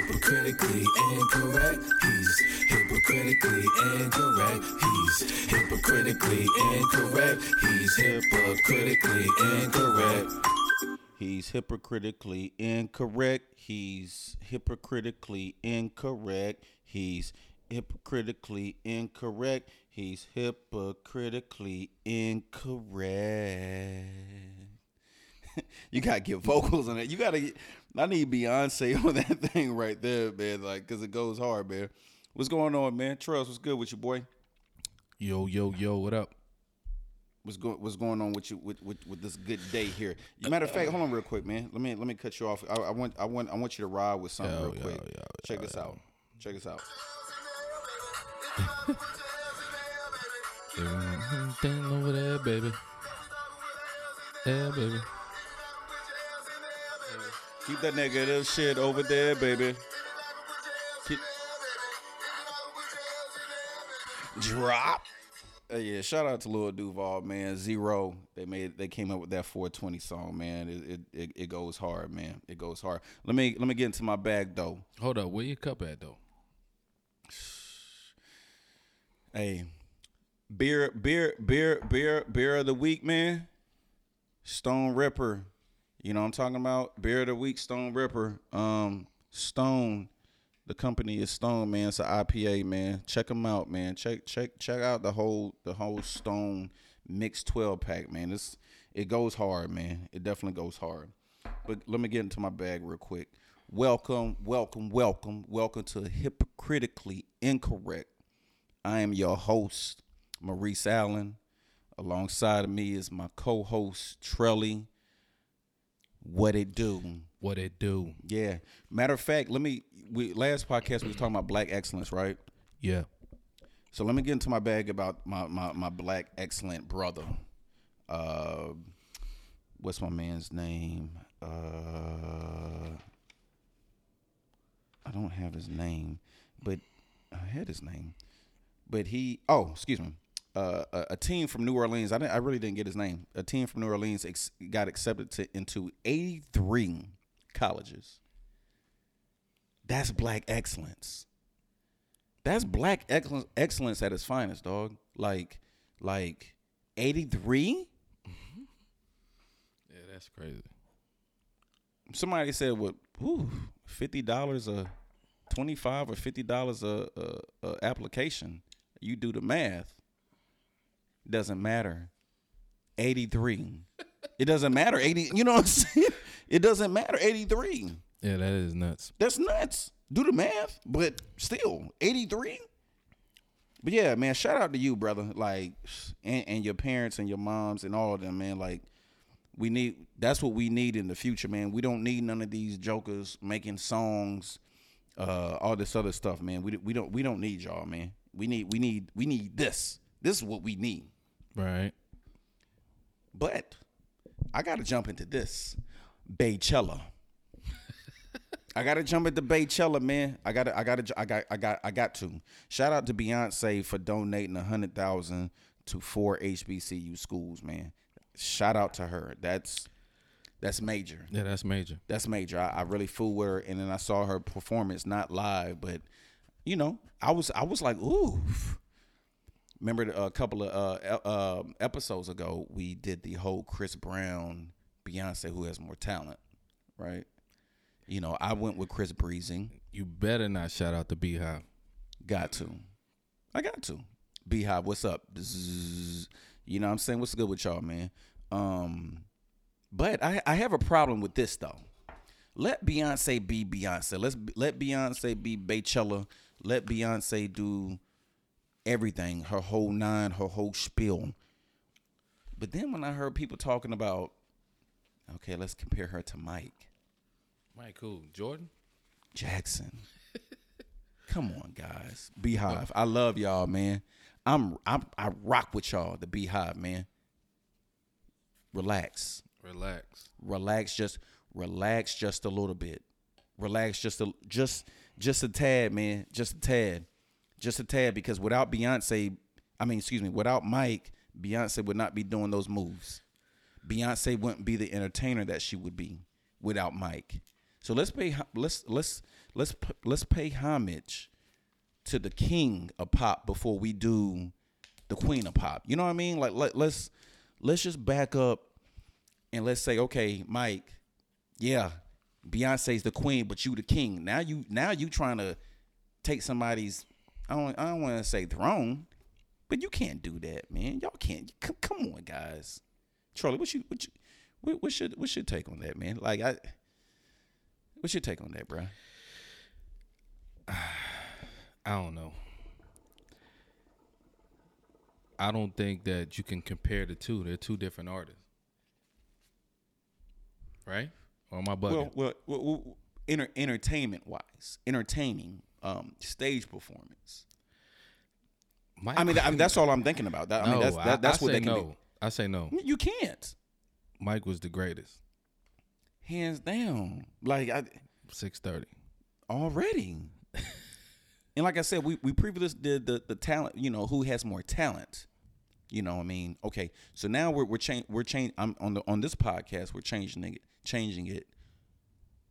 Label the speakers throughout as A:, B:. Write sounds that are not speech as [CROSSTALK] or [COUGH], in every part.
A: hypocritically incorrect. He's hypocritically incorrect. He's hypocritically incorrect. He's hypocritically incorrect.
B: He's hypocritically incorrect. He's hypocritically incorrect. He's hypocritically incorrect. He's hypocritically incorrect. [LAUGHS] you gotta get vocals on it. You gotta. Get, I need Beyonce [LAUGHS] on that thing right there, man. Like, cause it goes hard, man. What's going on, man? Trust, what's good with you, boy?
C: Yo, yo, yo, what up?
B: What's going What's going on with you with, with, with this good day here? Matter of fact, hold on real quick, man. Let me let me cut you off. I, I want I want I want you to ride with something
C: Yo,
B: real
C: yo,
B: quick.
C: yo,
B: Check
C: yo,
B: this
C: yo.
B: out. Check this out.
C: Thing over there, baby. Yeah, baby.
B: Keep that negative shit over there, baby. Keep- Drop. Uh, yeah, shout out to Lil Duval, man. Zero. They made they came up with that 420 song, man. It it, it, it goes hard, man. It goes hard. Let me let me get into my bag though.
C: Hold up, where your cup at though?
B: Hey, beer, beer, beer, beer, beer of the week, man. Stone Ripper. You know what I'm talking about? Beer of the week, Stone Ripper. Um, Stone. The company is Stone, man. It's an IPA, man. Check them out, man. Check check check out the whole the whole Stone mixed 12 pack, man. It's it goes hard, man. It definitely goes hard. But let me get into my bag real quick. Welcome, welcome, welcome, welcome to Hypocritically Incorrect. I am your host, Maurice Allen. Alongside of me is my co-host Trelly. What it do?
C: What it do?
B: Yeah. Matter of fact, let me. We last podcast we was talking about black excellence, right?
C: Yeah.
B: So let me get into my bag about my my, my black excellent brother. Uh, what's my man's name? Uh, I don't have his name, but I had his name. But he, oh, excuse me. Uh, a, a team from New Orleans. I didn't, I really didn't get his name. A team from New Orleans ex- got accepted to into 83 colleges. That's black excellence that's black excellence, excellence at its finest, dog. Like, like eighty three.
C: Yeah, that's crazy.
B: Somebody said what? Ooh, fifty dollars a twenty five or fifty dollars a, a, a application. You do the math. Doesn't matter. Eighty three. it doesn't matter. Eighty. You know what I'm [LAUGHS] saying? It doesn't matter. Eighty three.
C: Yeah, that is nuts.
B: That's nuts. Do the math, but still, 83. But yeah, man, shout out to you, brother. Like, and, and your parents and your moms and all of them, man. Like, we need that's what we need in the future, man. We don't need none of these jokers making songs, uh, all this other stuff, man. We we don't we don't need y'all, man. We need we need we need this. This is what we need.
C: Right.
B: But I gotta jump into this. Baychella. I gotta jump into Baychella, man. I gotta I gotta I got I got I got to. Shout out to Beyonce for donating a hundred thousand to four HBCU schools, man. Shout out to her. That's that's major.
C: Yeah, that's major.
B: That's major. I, I really fooled with her, and then I saw her performance, not live, but you know, I was I was like, ooh. Remember the- a couple of uh, e- uh, episodes ago, we did the whole Chris Brown, Beyonce, who has more talent, right? You know, I went with Chris Breezing.
C: You better not shout out the Beehive.
B: Got to. I got to. Beehive, what's up? Bzzz. You know what I'm saying? What's good with y'all, man? Um, but I, I have a problem with this though. Let Beyonce be Beyonce. Let's let Beyonce be Baychella. Let Beyonce do everything, her whole nine, her whole spiel. But then when I heard people talking about, okay, let's compare her to Mike.
C: Mike, cool. Jordan?
B: Jackson. [LAUGHS] Come on, guys. Beehive. I love y'all, man. I'm I'm I rock with y'all, the Beehive, man. Relax.
C: Relax.
B: Relax just relax just a little bit. Relax just a just just a tad, man. Just a tad. Just a tad because without Beyonce, I mean, excuse me, without Mike, Beyonce would not be doing those moves. Beyonce wouldn't be the entertainer that she would be without Mike. So let's pay ho- let's let's let's p- let's pay homage to the king of pop before we do the queen of pop. You know what I mean? Like let, let's let's just back up and let's say, okay, Mike, yeah, Beyonce's the queen, but you the king. Now you now you trying to take somebody's I don't I don't want to say throne, but you can't do that, man. Y'all can't. Come, come on, guys. Charlie, what you what you what, what's your what's your take on that, man? Like I, what's your take on that, bro?
C: I don't know. I don't think that you can compare the two. They're two different artists, right? Or am I bugging?
B: Well, well, well, well enter, entertainment wise, entertaining, um, stage performance.
C: My-
B: I mean,
C: [LAUGHS]
B: I mean, that's all I'm thinking about. That, I mean, that's
C: No,
B: that, that's
C: I
B: what
C: say
B: they can
C: no. I say no.
B: do. You can't,
C: Mike was the greatest.
B: hands down. Like I
C: Six thirty.
B: already. and like I said, we we previously did the the talent. You know who has more talent. You know what I mean? Okay, so now we're we're changing we're changing. I'm on the on this podcast. We're changing it changing it.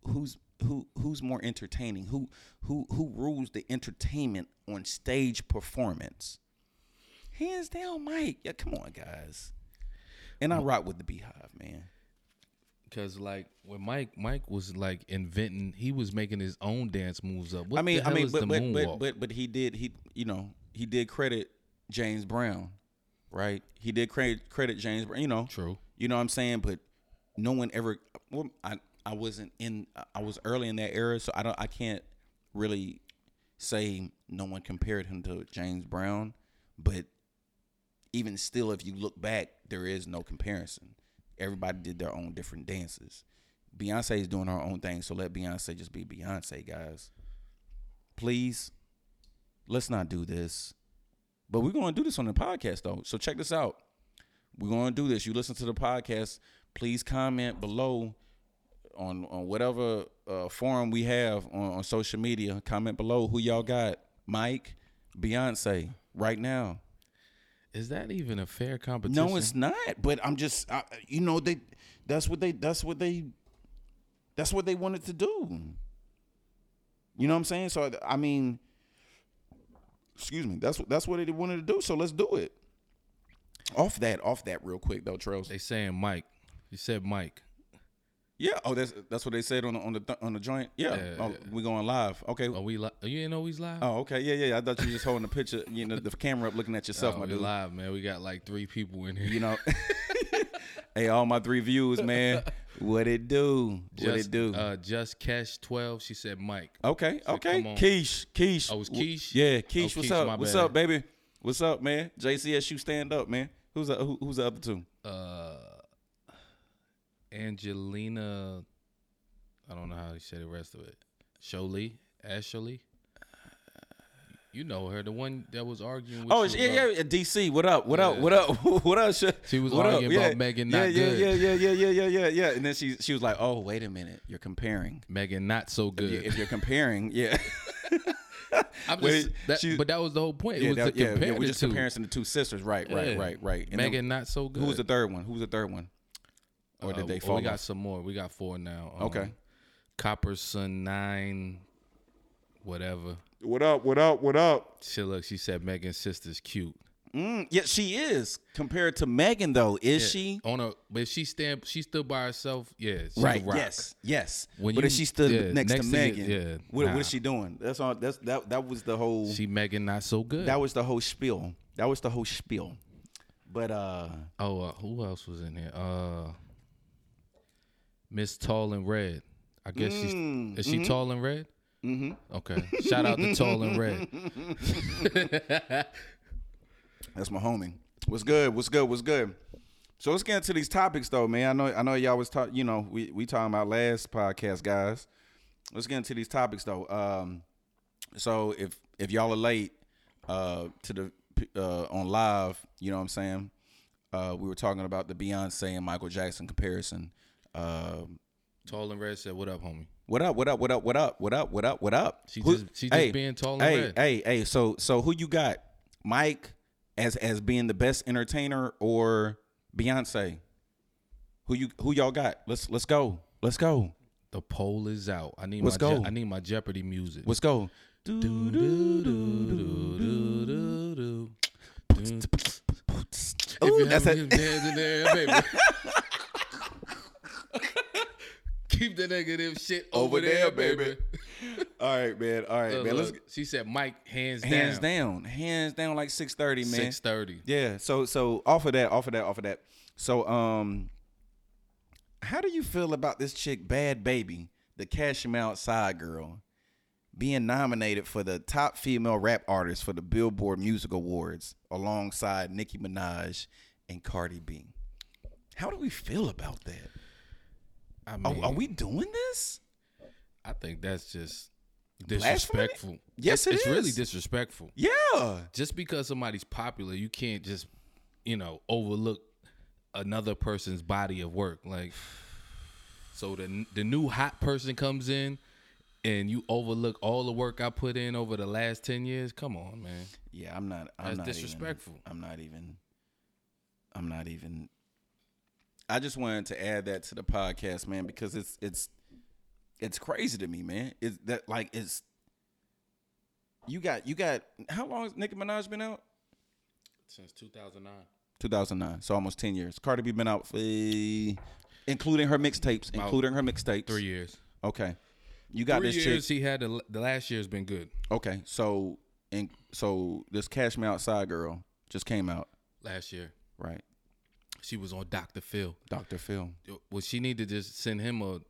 B: Who's who who's more entertaining? Who who who rules the entertainment on stage performance? Hands down, Mike. Yeah, come on, guys. And I rock with the Beehive, man.
C: Cause like when Mike, Mike was like inventing. He was making his own dance moves up. What
B: I mean,
C: the hell
B: I mean,
C: is
B: but
C: the
B: but,
C: moonwalk?
B: but but but he did he you know he did credit James Brown, right? He did credit credit James Brown. You know,
C: True.
B: You know what I'm saying? But no one ever. Well, I I wasn't in. I was early in that era, so I don't. I can't really say no one compared him to James Brown. But even still, if you look back, there is no comparison. Everybody did their own different dances. Beyonce is doing her own thing, so let Beyonce just be Beyonce, guys. Please, let's not do this. But we're going to do this on the podcast, though. So check this out. We're going to do this. You listen to the podcast. Please comment below on on whatever uh, forum we have on, on social media. Comment below who y'all got. Mike, Beyonce, right now.
C: Is that even a fair competition?
B: No, it's not. But I'm just, I, you know, they. That's what they. That's what they. That's what they wanted to do. You know what I'm saying? So I mean, excuse me. That's what that's what they wanted to do. So let's do it. Off that, off that, real quick though, Trails.
C: They saying Mike. You said Mike.
B: Yeah. Oh, that's that's what they said on the on the th- on the joint. Yeah.
C: Yeah,
B: oh,
C: yeah.
B: We're going live. Okay.
C: Are we? Li- you ain't always live.
B: Oh, okay. Yeah, yeah, yeah. I thought you were just holding the picture, you know, the camera up, looking at yourself,
C: Oh,
B: my
C: we
B: dude.
C: live, man. We got like three people in here.
B: You know. [LAUGHS] hey, all my three views, man. What it do? what it do?
C: Uh, just Kesh twelve. She said Mike.
B: Okay, okay.
C: come on.
B: Keish, Keish.
C: Oh, it's
B: W-
C: Keish?
B: Yeah,
C: Oh,
B: Keish, what's
C: Keish, my
B: up? What's
C: bad.
B: up, baby? What's up, man? JCSU, stand up, man. Who's the, who, who's the other two?
C: Uh, Angelina. I don't know how to say the rest of it. Jolie, Ashley. You know her, the one that was arguing with.
B: Oh,
C: you
B: yeah, yeah,
C: about-
B: yeah, DC, what up? What up?
C: Yeah.
B: What up? [LAUGHS] what up? Sha-
C: She was
B: what
C: arguing about Megan
B: yeah,
C: not
B: yeah,
C: good.
B: Yeah, yeah, yeah, yeah, yeah, yeah, yeah. And then she she was like, "Oh, wait a minute, you're comparing.
C: Megan, not so
B: If
C: good.
B: you- If you're comparing,
C: [LAUGHS]
B: yeah,
C: I'm
B: wait,
C: just, that,
B: she-
C: but that was the whole point. It
B: yeah,
C: was
B: that-
C: to
B: yeah,
C: compare
B: yeah. We're
C: the
B: just
C: two.
B: comparing to the two sisters, right? Right?
C: Yeah.
B: Right? Right? And then
C: Megan, not so good.
B: who was the third one? Who was the third one? Or did
C: Uh,
B: they
C: well,
B: fall?
C: We got
B: off?
C: some more. We got four now. Um,
B: Okay.
C: Copper Sun Nine, whatever.
B: What up? What up? What up?
C: She look. She said Megan's sister's cute.
B: Mm, yeah, she is compared to Megan, though. Is she?
C: on a but if she stand she stood by herself. Yeah, she
B: Right.
C: Oh, a rock.
B: Yes. Yes.
C: When
B: but if
C: you-
B: she stood
C: yeah,
B: next,
C: next
B: to
C: to
B: Megan,
C: you- yeah,
B: what, what
C: nah.
B: is she doing? That's all. That's that. That was the whole.
C: She Megan not so good.
B: that was the whole spiel. That was the whole spiel. But uh,
C: oh, uh, who else was in there? Uh, Miss Tall and Red. I guess
B: Mm,
C: she's is she tall and red? Mm-hmm. Okay. Shout out to Tall and
B: [LAUGHS]
C: Red.
B: that's my homie. What's good? What's good? What's good? So let's get into these topics, though, man. I know. I know y'all was talking. You know, we we talking about last podcast, guys. Let's get into these topics, though. Um, so if if y'all are late uh to the uh on live you know what i'm saying uh we were talking about the beyonce and michael jackson comparison um
C: Tall and Red said, "What up, homie?"
B: what up what up what up what up what up what up what up
C: She just- she just being tall and
B: hey
C: red.
B: hey hey so so who you got mike as as being the best entertainer or beyonce who you who y'all got let's let's go let's go
C: The poll is out. I need
B: Let's
C: my Je-
B: go.
C: I need my Jeopardy music.
B: Let's go.
C: do, do, do, do, do, do, do. Do. If
B: Ooh,
C: you
B: that's
C: have
B: it.
C: him dancing there, baby.
B: [LAUGHS]
C: Keep the negative shit over,
B: Over there,
C: baby.
B: baby. [LAUGHS] All right, man. All right,
C: Look,
B: man. Let's
C: Uh, look, she said, Mike, hands,
B: hands
C: down.
B: down. hands down, like six thirty, man.
C: Six thirty.
B: Yeah. So so off of that, off of that, off of that. So um, how do you feel about this chick, Bad Baby, the Cash 'Em Outside girl, being nominated for the top female rap artist for the Billboard Music Awards alongside Nicki Minaj and Cardi B? How do we feel about that?
C: I
B: Are,
C: mean,
B: are we doing this?
C: I think that's just
B: Blasphemy?
C: disrespectful.
B: Yes, it
C: it's really
B: is.
C: disrespectful.
B: Yeah.
C: Just because somebody's popular, you can't just, you know, overlook another person's body of work. Like, so the the new hot person comes in, and you overlook all the work I put in over the last ten years. Come on, man.
B: Yeah, I'm not. I'm
C: That's
B: not
C: disrespectful.
B: Even, I'm not even. I'm not even. I just wanted to add that to the podcast, man, because it's it's it's crazy to me, man. It's that like it's you got you got how long has Nicki Minaj been out?
C: Since two thousand nine,
B: 2009, so almost 10 years. Cardi B been out for including her mixtapes, including her mixtapes.
C: three years.
B: Okay, you got
C: Three
B: this chick.
C: years he had the, the last year's been good.
B: Okay, so and so this Cash Me Outside girl just came out,
C: Last year
B: right?
C: she was on Dr. Phil.
B: Dr. Phil.
C: Well, she need to just send him a.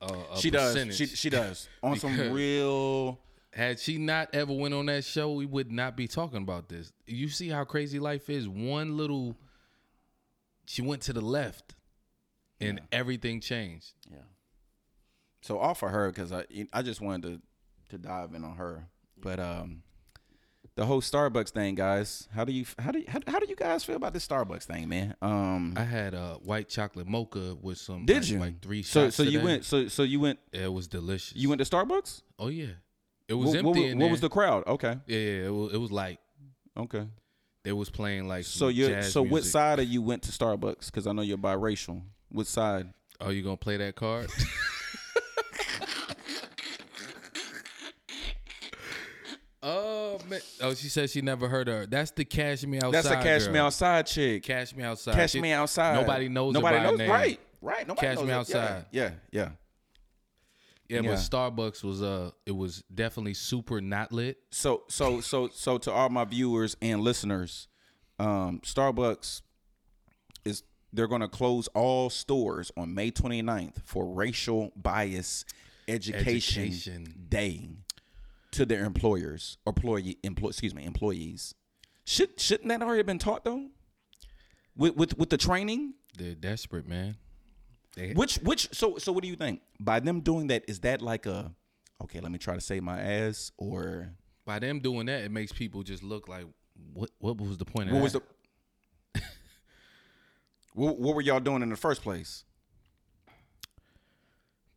C: a, a
B: she
C: percentage.
B: does. She, she does. [LAUGHS] On some
C: Because-
B: real.
C: Had she not ever went on that show, we would not be talking about this. You see how crazy life is. One little, she went to the left, and everything changed.
B: Yeah. So off of her because I I just wanted to to dive in on her, but um, the whole Starbucks thing, guys. How do you how do you, how, how do you guys feel about this Starbucks thing, man? Um,
C: I had a white chocolate mocha with some.
B: did
C: like,
B: you
C: like three?
B: So
C: shots
B: so
C: of
B: you
C: that.
B: went so so you went
C: It was delicious.
B: you went to Starbucks.
C: Oh yeah, it was
B: what,
C: empty.
B: what,
C: in
B: what was the
C: there.
B: crowd? Okay,
C: Yeah, yeah, it was, it was like
B: okay.
C: they was playing like.
B: So
C: some
B: you
C: jazz
B: so what
C: music.
B: side of you went to Starbucks? Because I know you're biracial. What side?
C: Oh, you gonna play that
B: [LAUGHS]
C: card? oh man! Oh, she said she never heard her. That's the cash me outside.
B: That's a Cash
C: girl.
B: Me Outside chick.
C: Cash me outside.
B: Catch
C: She-
B: me outside.
C: Nobody knows.
B: Nobody
C: her by her
B: knows.
C: name.
B: Right. Right. Nobody
C: Catch
B: knows
C: me
B: her.
C: outside.
B: Yeah. Yeah. yeah.
C: Yeah,
B: Yeah.
C: but Starbucks was uh, it was definitely super not lit.
B: So so so so to all my viewers and listeners, um, Starbucks is they're going to close all stores on May 29th for racial bias education,
C: Education.
B: day to their employers, employee, employ, excuse me, employees. Should shouldn't that already been taught though? With with with the training,
C: They're desperate, man. They,
B: Which which so so what do you think? By them doing that, is that like a okay, let me try to save my ass or
C: by them doing that, it makes people just look like what? What was the point? Of
B: what was
C: that?
B: the [LAUGHS] what, what were y'all doing in the first place?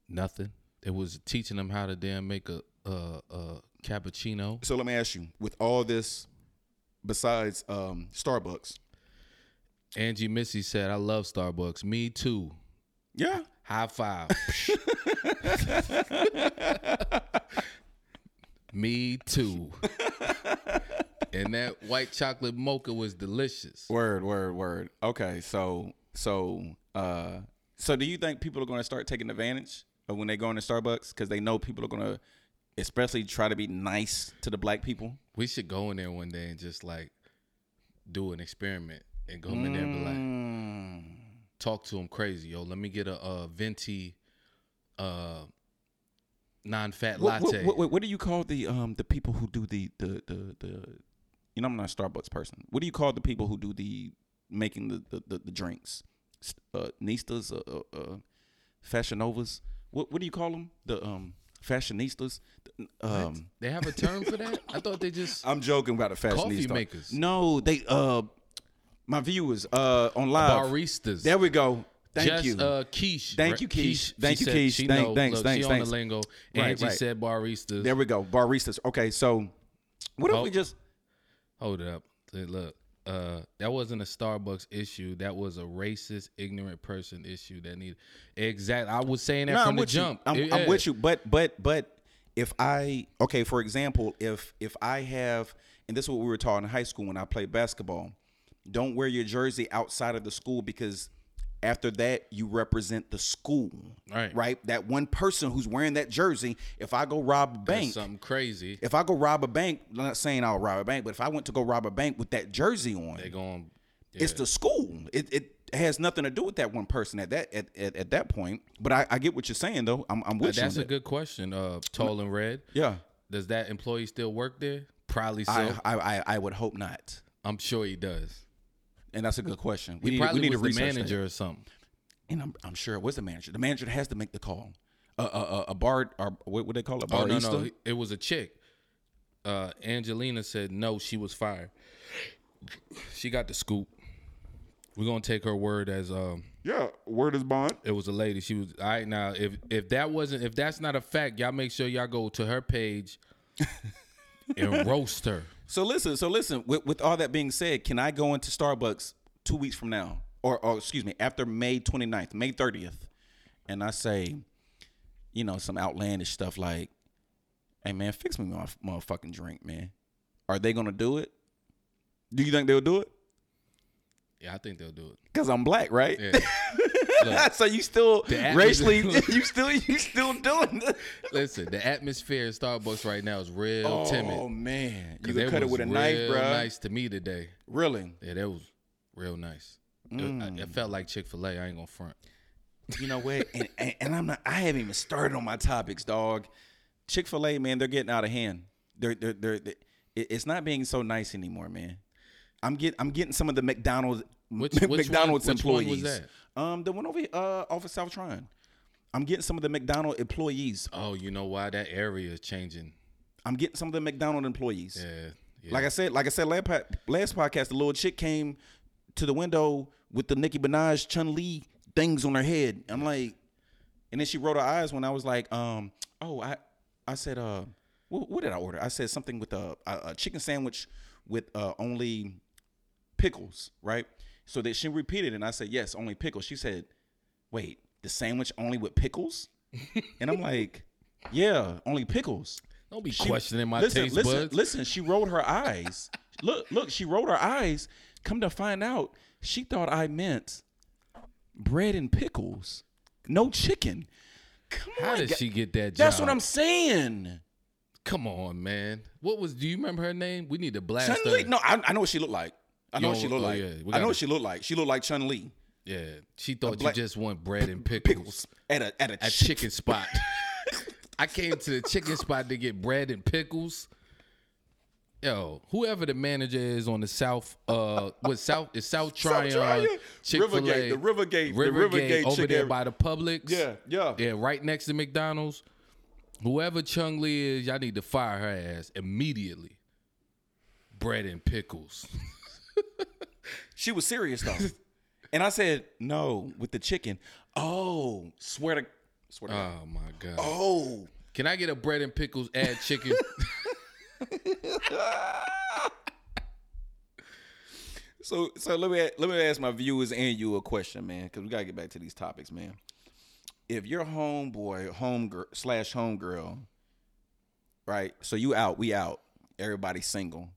C: nothing? It was teaching them how to damn make a uh a cappuccino.
B: So let me ask you, with all this besides um Starbucks.
C: Angie Missy said, "I love Starbucks. Me too.
B: Yeah.
C: High
B: [LAUGHS]
C: five. Me too." and that white chocolate mocha was delicious.
B: Word, word, word. Okay, so so uh so do you think people are gonna start taking advantage of when they go into Starbucks? Because they know people are gonna especially try to be nice to the black people?
C: We should go in there one day and just like do an experiment and go in there and be
B: Mm.
C: like, talk to him crazy, yo. Let me get a, uh venti, uh, non-fat
B: What-
C: latte.
B: What, what, what do you call the um the people who do the the the, the you know I'm not a Starbucks person. What do you call the people who do the making the the, the, the drinks? S- Uh, nistas, uh, uh, uh, fashionovas. What what do you call them? The um fashionistas. The, Um,
C: They have a term for
B: [LAUGHS]
C: that? I thought they just
B: I'm joking about the
C: Coffee
B: fashionista.
C: makers.
B: No, they uh my viewers uh on live.
C: baristas.
B: There we go. Thank
C: Just,
B: you.
C: Uh, Keish.
B: Thank
C: right?
B: you, Keish. Thank
C: she
B: you,
C: said
B: Keish.
C: she
B: Thank-
C: know.
B: thanks,
C: Look,
B: thanks,
C: She on
B: thanks.
C: the lingo.
B: Right,
C: Angie
B: right.
C: said baristas.
B: there we go. Baristas. Okay, so what if
C: Oh.
B: we just
C: Hold it up. Say, Look, uh that wasn't a Starbucks issue. That was a racist, ignorant person issue that needed exactly. I was saying that
B: No,
C: from
B: I'm
C: the
B: with
C: jump.
B: You. I'm,
C: Yeah.
B: I'm with you, but but but if I okay, for example, if if I have, and this is what we were taught in high school when I played basketball, don't wear your jersey outside of the school because after that you represent the school,
C: Right.
B: Right. That one person who's wearing that jersey, if I go rob a
C: That's
B: bank,
C: something crazy.
B: if I go rob a bank, I'm not saying I'll rob a bank, but if I went to go rob a bank with that jersey on,
C: They going.
B: it's the school. It, it has nothing to do with that one person at that at, at, at that point. But I, I get what you're saying though. I'm, I'm with you.
C: That's
B: on
C: a
B: that.
C: good question. Uh, tall and red.
B: yeah.
C: Does that employee still work there? Probably so.
B: I, I I I would hope not.
C: I'm sure he does.
B: And that's a good question.
C: He
B: We need,
C: probably
B: we need to
C: was
B: research
C: the
B: that.
C: manager or something.
B: And I'm, I'm sure it was the manager. The manager has to make the call. A uh, uh, uh, a bar or what would they call it?
C: Oh no,
B: Barista?
C: no, it was a chick. Uh, Angelina said no, she was fired. She got the scoop. We're gonna take her word as um,
B: Yeah, word is bond.
C: it was a lady. She was all right. Now, if if that wasn't if that's not a fact, y'all make sure y'all go to her
B: [LAUGHS]
C: page and roast her.
B: So listen, so listen. With, with all that being said, can I go into Starbucks two weeks from now, or, or excuse me, after May 29th, May 30th, and I say, you know, some outlandish stuff like, "Hey man, fix me my motherfucking drink, man." Are they gonna do it? Do you think they'll do it?
C: Yeah, I think they'll do it.
B: Cause I'm black, right? [LAUGHS]
C: Yeah. Look.
B: so you still
C: atmosphere-
B: racially, [LAUGHS] you still, you still doing this?
C: Listen, the atmosphere in Starbucks right now is real
B: Oh
C: timid.
B: man,
C: 'Cause
B: you could cut it
C: was
B: with a knife,
C: real
B: bro.
C: Nice to me today.
B: Really?
C: Yeah, that was real nice. It- I- It,
B: Mm.
C: felt like Chick Fil A. I ain't gonna front.
B: You know what? And, and, and I'm not. I haven't even started on my topics, dog. Chick Fil A, man, they're getting out of hand. They're they're they're. they it- it's not being so nice anymore, man. I'm get I'm getting some of the McDonald's
C: Which- which one-
B: McDonald's
C: which one
B: employees.
C: was
B: Um, the one over here, uh off of South Tryon. I'm getting some of the McDonald employees.
C: Oh, you know why that area is changing?
B: I'm getting some of the McDonald employees.
C: Yeah, yeah.
B: Like I said, like I said last, po- last podcast, the little chick came to the window with the Nicki Minaj Chun Li things on her head. I'm like, and then she rolled her eyes when I was like, um, oh, I, I said, uh, what, what did I order? I said something with a, a, a chicken sandwich with uh, only pickles, right? So that she repeated, and I said, yes, only pickles. She said, wait, the sandwich only with pickles? and I'm like, [LAUGHS] yeah, only pickles
C: don't be questioning my
B: listen,
C: taste
B: listen,
C: buds.
B: Listen, she rolled her eyes. look, look, she rolled her eyes. Come to find out, she thought I meant bread and pickles, no chicken. Come
C: How
B: on,
C: did
B: gu-
C: she get that job?
B: That's what I'm saying.
C: Come on, man. What was? Do you remember her name? We need to blast
B: Chun
C: her.
B: Li. No, I, I know what she looked like. I know
C: You
B: what she
C: don't-
B: looked
C: oh,
B: like.
C: yeah, we
B: I know
C: gotta-
B: what she looked like. She looked like Chun Li.
C: Yeah, she thought
B: black-
C: you just want bread and pickles,
B: [LAUGHS] Pickles at a at a,
C: at
B: chick-
C: chicken spot. I came to the chicken spot to get bread and pickles. Yo, whoever the manager is on the South, uh, what South is South Tryon,
B: Tryon.
C: Chick-fil-A,
B: Rivergate, the Rivergate, the
C: Rivergate
B: Rivergate
C: over
B: chick
C: there
B: area.
C: by the Publix,
B: Yeah, yeah.
C: yeah, right next to McDonald's. Whoever Chung Lee is, y'all need to fire her ass immediately. Bread and pickles.
B: She was
C: [LAUGHS]
B: serious though. and I said no with the chicken. Oh, swear to swear to. God.
C: Oh my god.
B: Oh.
C: Can I get a bread and pickles add
B: [LAUGHS]
C: chicken?
B: So so let me let me ask my viewers and you a question, man, because we gotta get back to these topics, man. If your homeboy, homegirl slash homegirl, right? So you out, we out, everybody single,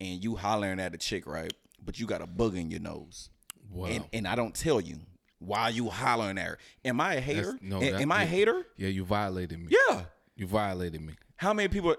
B: and you hollering at a chick, right? But you got a bug in your nose,
C: Wow.
B: and and I don't tell you why you hollering at her. Am I a hater?
C: That's- no,
B: A-
C: that-
B: am I a
C: you-
B: hater?
C: Yeah, you violated me.
B: Yeah.
C: You violated me.
B: How many people?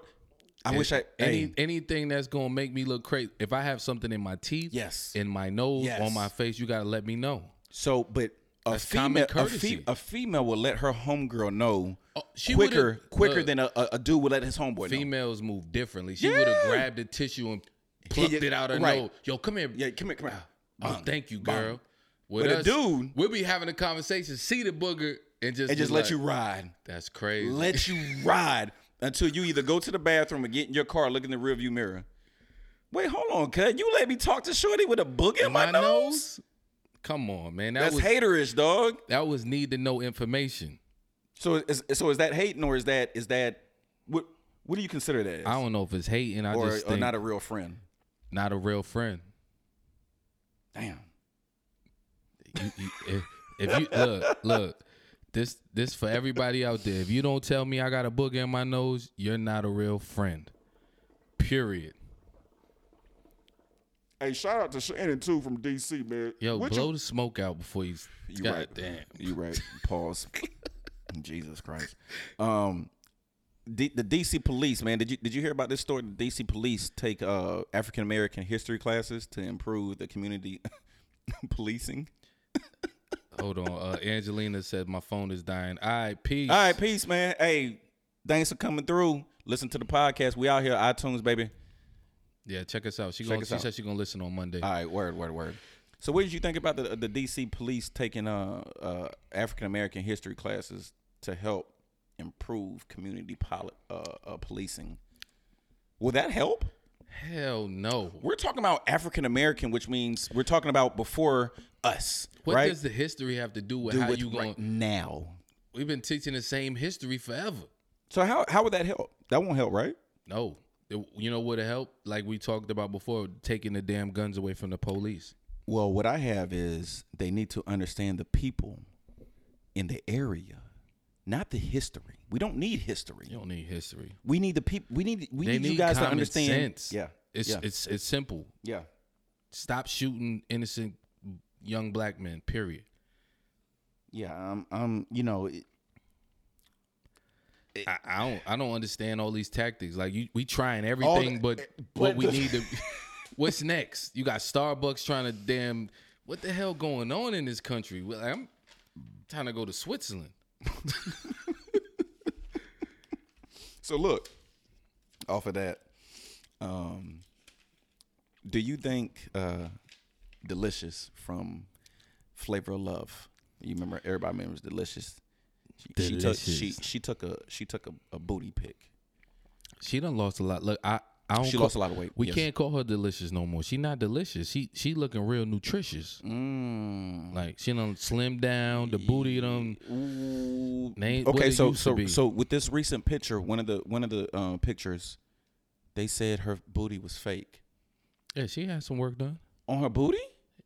B: I wish I
C: any
B: hey,
C: anything that's gonna make me look crazy. If I have something in my teeth,
B: Yes.
C: in my nose,
B: Yes.
C: on my face, you gotta let me know.
B: So, but a
C: That's common
B: female, a, fe-
C: courtesy.
B: a female will let her homegirl know
C: Oh, she
B: quicker,
C: would've-
B: quicker
C: look.
B: than a, a, a dude would let his homeboy know.
C: Females move differently. She would have grabbed the tissue and plucked
B: yeah,
C: it out her
B: right.
C: nose. Yo, come here.
B: Yeah, come here, come here.
C: Oh,
B: Bang,
C: thank you,
B: bang.
C: girl. With
B: But a dude-
C: we'll be having a conversation, see the booger, and just
B: And
C: be
B: just let
C: like,
B: you ride,
C: That's crazy.
B: let you
C: [LAUGHS]
B: ride until you either go to the bathroom or get in your car, look in the rearview mirror. Wait, hold on, cut. You let me talk to Shorty with a book in my, nose?
C: Come on, man. That
B: That's
C: was
B: haterish, dog.
C: that was need to know information.
B: So, is, so is that hating or is that is that what? What do you consider that? As?
C: I don't know if it's hating. I
B: or,
C: just
B: or
C: think
B: not a real friend.
C: not a real friend.
B: Damn.
C: You- you- if, if you look, look, this this for everybody out there. If you don't tell me I got a booger in my nose, you're not a real friend. Period.
D: Hey, shout out to Shannon too from DC, man.
C: Yo,
D: What
C: blow
D: you-
C: the smoke out before you.
B: You
C: God
B: right.
C: damn.
B: You right.
C: [LAUGHS]
B: Pause. Jesus Christ. Um, D- the DC police, man. Did you did you hear about this story? The DC police take uh African American history classes to improve the community [LAUGHS] policing.
C: Hold on. Uh, Angelina said my phone is dying. All right, peace.
B: All right, peace, man. Hey, thanks for coming through. Listen to the podcast. We out here, iTunes, baby.
C: Yeah, check us out. She gonna,
B: us
C: she
B: out. Uh,
C: said she gonna listen on Monday.
B: All right, word, word, word. So, what did you think about the the DC police taking uh, uh African American history classes to help improve community poli- uh, uh, policing? Will that help?
C: Hell no.
B: We're talking about African American, which means we're talking about before us,
C: What
B: right?
C: does the history have to do with
B: Do
C: how
B: with
C: you going?
B: right now?
C: We've been teaching the same history forever.
B: So how how would that help? That won't help, right?
C: No. It- you know what help? Like we talked about before, taking the damn guns away from the police.
B: Well, what I have is they need to understand the people in the area, not the history. We don't need history.
C: You don't need history.
B: We need the people. We need we
C: They
B: need,
C: need
B: you guys to
C: common
B: understand.
C: sense.
B: Yeah,
C: It's
B: yeah,
C: it's it's simple.
B: yeah.
C: Stop shooting innocent young black men. Period.
B: Yeah, I'm, I'm, you know, it-
C: I, I don't I don't understand all these tactics. Like you, we trying everything, but
B: eh,
C: what we need
B: [LAUGHS]
C: to. what's next? You got Starbucks trying to damn. What the hell going on in this country? Well, I'm trying to go to Switzerland.
B: So look, off of that, um, do you think uh, "Delicious" from Flavor of Love? You remember everybody remembers "Delicious." She, she took she
C: Delicious.
B: she took a she took a, a booty pick.
C: She done lost a lot. Look, I I don't.
B: She
C: call-
B: lost a lot of weight.
C: We
B: yes.
C: can't call her delicious no more. She not delicious. She she looking real nutritious.
B: Mm.
C: Like she done slim down. The booty done.
B: Ooh.
C: Name, what
B: Okay,
C: it
B: so
C: used to
B: so
C: be.
B: so with this recent picture, one of the one of the um, pictures, they said her booty was fake
C: yeah, she had some work done
B: on her booty.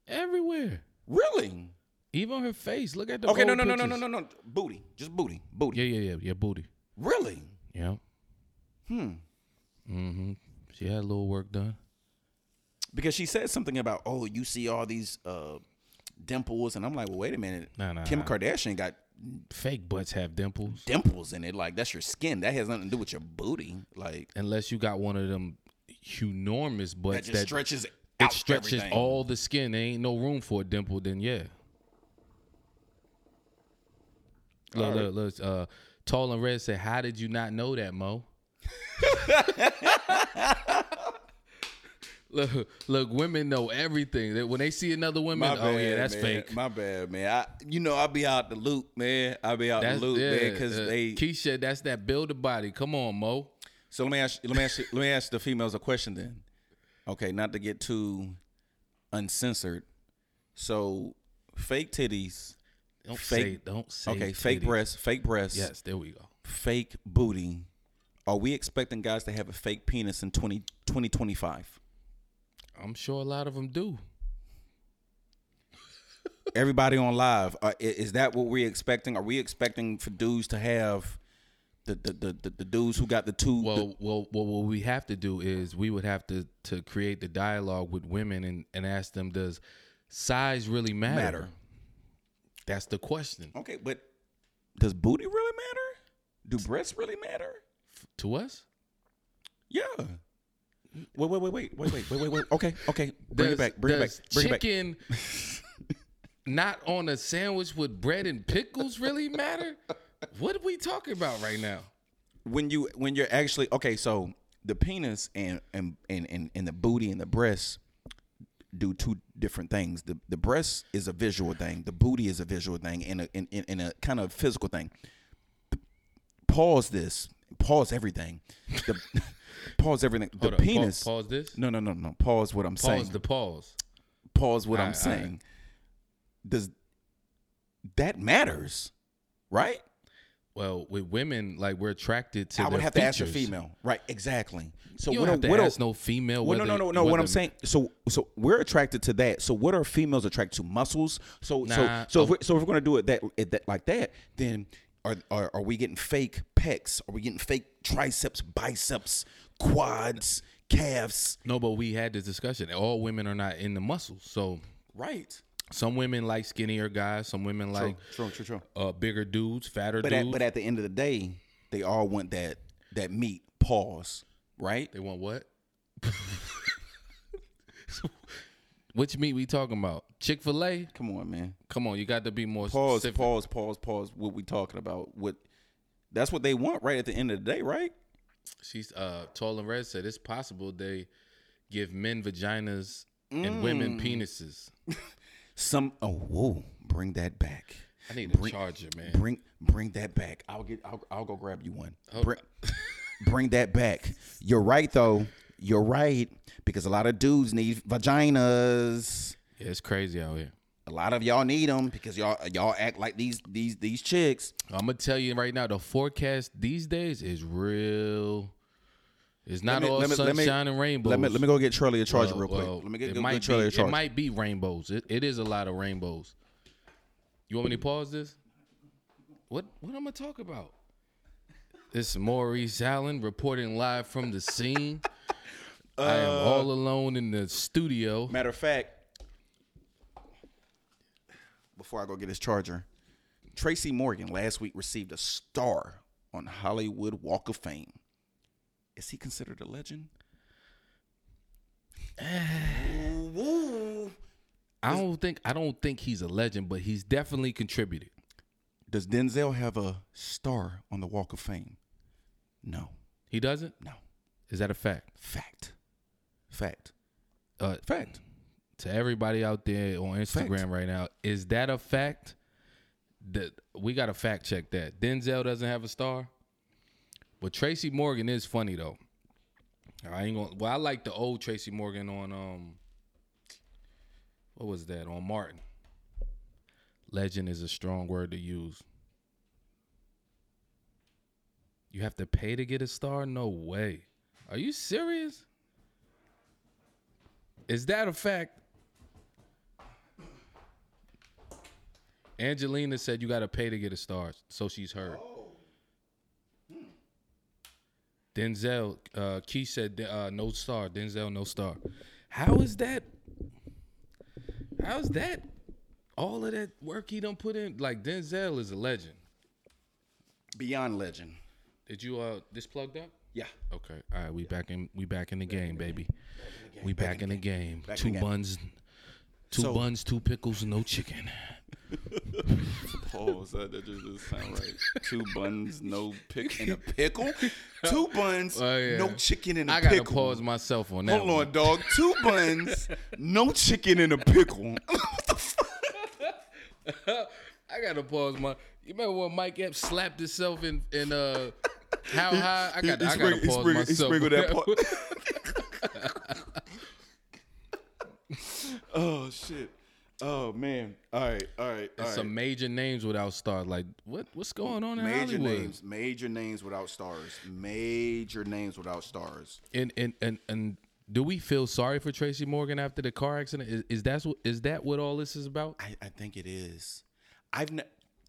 C: everywhere,
B: Really?
C: even her face. Look at the
B: Okay, no,
C: old
B: no, no, no, no,
C: pictures.
B: no, no, booty, just booty, booty.
C: Yeah, yeah, yeah, yeah. Booty.
B: Really?
C: Yeah.
B: Hmm.
C: Mm-hmm. She had a little work done.
B: Because she said something about, oh, you see all these uh, dimples, and I'm like, well, wait a minute.
C: Nah, nah,
B: Kim
C: nah.
B: Kardashian got
C: Fake butts have dimples,
B: dimples in it. Like that's your skin. That has nothing to do with your booty. Like
C: unless you got one of them enormous
B: that
C: butts
B: just
C: that,
B: stretches.
C: it
B: Out
C: stretches
B: everything.
C: all the skin. There ain't no room for a dimple. Then yeah. Look, look, look. Uh, Tall and Red said, "How did you not know that,
B: [LAUGHS]
C: Mo?" look, look. Women know everything. That when they see another woman,
B: My
C: oh
B: bad,
C: yeah, that's
B: man.
C: fake.
B: My bad, man. I, you know, I be out the loop, man. I be out
C: That's
B: the loop, man, 'cause
C: yeah,
B: man, because
C: uh,
B: they.
C: Keisha, that's that build a body. Come on, Mo.
B: So let me ask, let me ask, let me ask the females a question then. Okay, not to get too uncensored. So, fake titties,
C: Don't say.
B: Fake-
C: Don't say.
B: okay, fake
C: titty.
B: breasts, fake breasts,
C: Yes, there we go.
B: fake booty. Are we expecting guys to have a fake penis in 20, 2025?
C: I'm sure a lot of them do.
B: Everybody on live, uh, i- is that what we're expecting? Are we expecting for dudes to have the the the, the, the dudes who got the two? the- [LAUGHS]
C: Well, well, well, what we have to do is we would have to to create the dialogue with women and and ask them, does size really matter?
B: Matter.
C: That's the question
B: okay, but does booty really matter? Do breasts really matter?
C: to us.
B: Yeah. Wait, wait, wait, wait, wait, wait, wait, wait, wait. Okay, okay. Bring it
C: Does-
B: back. Bring it back.
C: does
B: Bring it back.
C: chicken not on a sandwich with bread and pickles really matter? What are we talking about right now?
B: When you when you're actually okay, so the penis and and and and, and the booty and the breasts do two different things. The the breast is a visual thing. The booty is a visual thing and a and, and, and a kind of physical thing. Pause this. Pause everything. The, [LAUGHS] pause everything. The
C: Hold up, pa-
B: penis.
C: Pause, this.
B: No, no, no, no. Pause what I'm
C: pause
B: saying.
C: the pause.
B: pause what I'm
C: Alright, alright.
B: saying. Does that matters, right?
C: well, with women, like we're attracted to.
B: I would
C: their
B: have to ask a
C: features.
B: female, right? Exactly. So
C: You
B: what
C: don't have
B: a,
C: to
B: what a-
C: ask no female.
B: Well, no, no,
C: whether-
B: no, no. What I'm
C: whether-
B: saying, so, so we're attracted to that. So, what are females attracted to? Muscles. So,
C: Nah,
B: so, so,
C: oh.
B: if we're, so if we're gonna do it that, it that like that, then are, are are we getting fake pecs? Are we getting fake triceps, biceps, quads, calves?
C: No, but we had this discussion. All women are not in the muscles. So
B: Right.
C: some women like skinnier guys. Some women like
B: True. True. True.
C: uh, bigger dudes, fatter
B: But
C: dudes.
B: at, but at the end of the day, they all want that that meat. Pause. Right.
C: they want what? [LAUGHS] Which meat we talking about? Chick Fil A?
B: Come on, man.
C: Come on, you got to be more
B: Pause.
C: specific.
B: Pause. Pause. Pause. What we talking about? What? That's what they want, right? At the end of the day, right?
C: She's uh, tall and red said it's possible they give men vaginas and women
B: Mm.
C: penises.
B: Some oh whoa, bring that back.
C: I need a
B: Bring-
C: charger, man.
B: Bring bring that back. I'll get I'll, I'll go grab you one.
C: Oh.
B: Bring, [LAUGHS] bring that back. You're right though. You're right because a lot of dudes need vaginas.
C: yeah, it's crazy out here.
B: A lot of y'all need them because y'all y'all act like these these these chicks.
C: I'm gonna tell you right now, the forecast these days is real. It's not all sunshine and rainbows.
B: Let me let me go get Charlie a charger
C: Well,
B: real quick.
C: well,
B: let me get,
C: it
B: go
C: might
B: get Charlie
C: be,
B: a charger.
C: It might be rainbows. It, it is a lot of rainbows. You want me to pause this? What what am I talk about? It's Maurice Allen reporting live from the
B: [LAUGHS]
C: scene. I am all
B: Uh,
C: alone in the studio.
B: Matter of fact, before I go get his charger, Tracy Morgan last week received a star on Hollywood Walk of Fame. Is he considered
C: [SIGHS]
B: a legend? Ooh.
C: I don't think I don't think he's a legend, but he's definitely contributed.
B: Does Denzel have a star on the Walk of Fame? No,
C: He doesn't?
B: no.
C: Is that a fact?
B: Fact. Fact.
C: Uh,
B: Fact.
C: to everybody out there on Instagram
B: Fact.
C: right now, is that a fact? That we gotta fact check that. Denzel doesn't have a star. But Tracy Morgan is funny though. I ain't gonna well, I like the old Tracy Morgan on um what was that? On Martin. Legend is a strong word to use. You have to pay to get a star? No way. Are you serious? Is that a fact? Angelina said you got to pay to get a star, so she's heard. Denzel, uh, Key said uh, no star. Denzel, no star. How is that? How is that? All of that work he done put in, like Denzel is a legend.
B: Beyond legend.
C: Did you uh this plugged up?
B: Yeah.
C: Okay. All right. We back in. We back in the game, baby. We back in the game.
B: Back
C: Two
B: in the game.
C: buns. Two
B: So-
C: buns, two pickles, no chicken.
B: Pause. That that just doesn't sound right. Two buns, no
C: [LAUGHS]
B: pick and a pickle. Two buns,
C: Oh, yeah.
B: no chicken and a
C: I gotta
B: pickle.
C: pause myself on that.
B: Hold
C: one.
B: on, dog. Two buns, no chicken and
C: [LAUGHS]
B: a pickle. [LAUGHS] what the fuck?
C: I gotta pause my. You remember when Mike Epps slapped himself in in
B: [LAUGHS]
C: uh how high? I got.
B: He- he
C: I gotta
B: spring- he
C: pause
B: spring- he
C: myself.
B: sprinkled
C: on
B: that
C: that [LAUGHS]
B: part. [LAUGHS]
C: one.
B: Oh shit. Oh man. All right. All right. All right.
C: Some major names without stars. Like what? What's going on in
B: major
C: Hollywood?
B: names. Major names without stars. Major names without stars.
C: And and and and do we feel sorry for Tracy Morgan after the car accident? Is, is that what is that what all this is about?
B: I, I think it is. I've ne-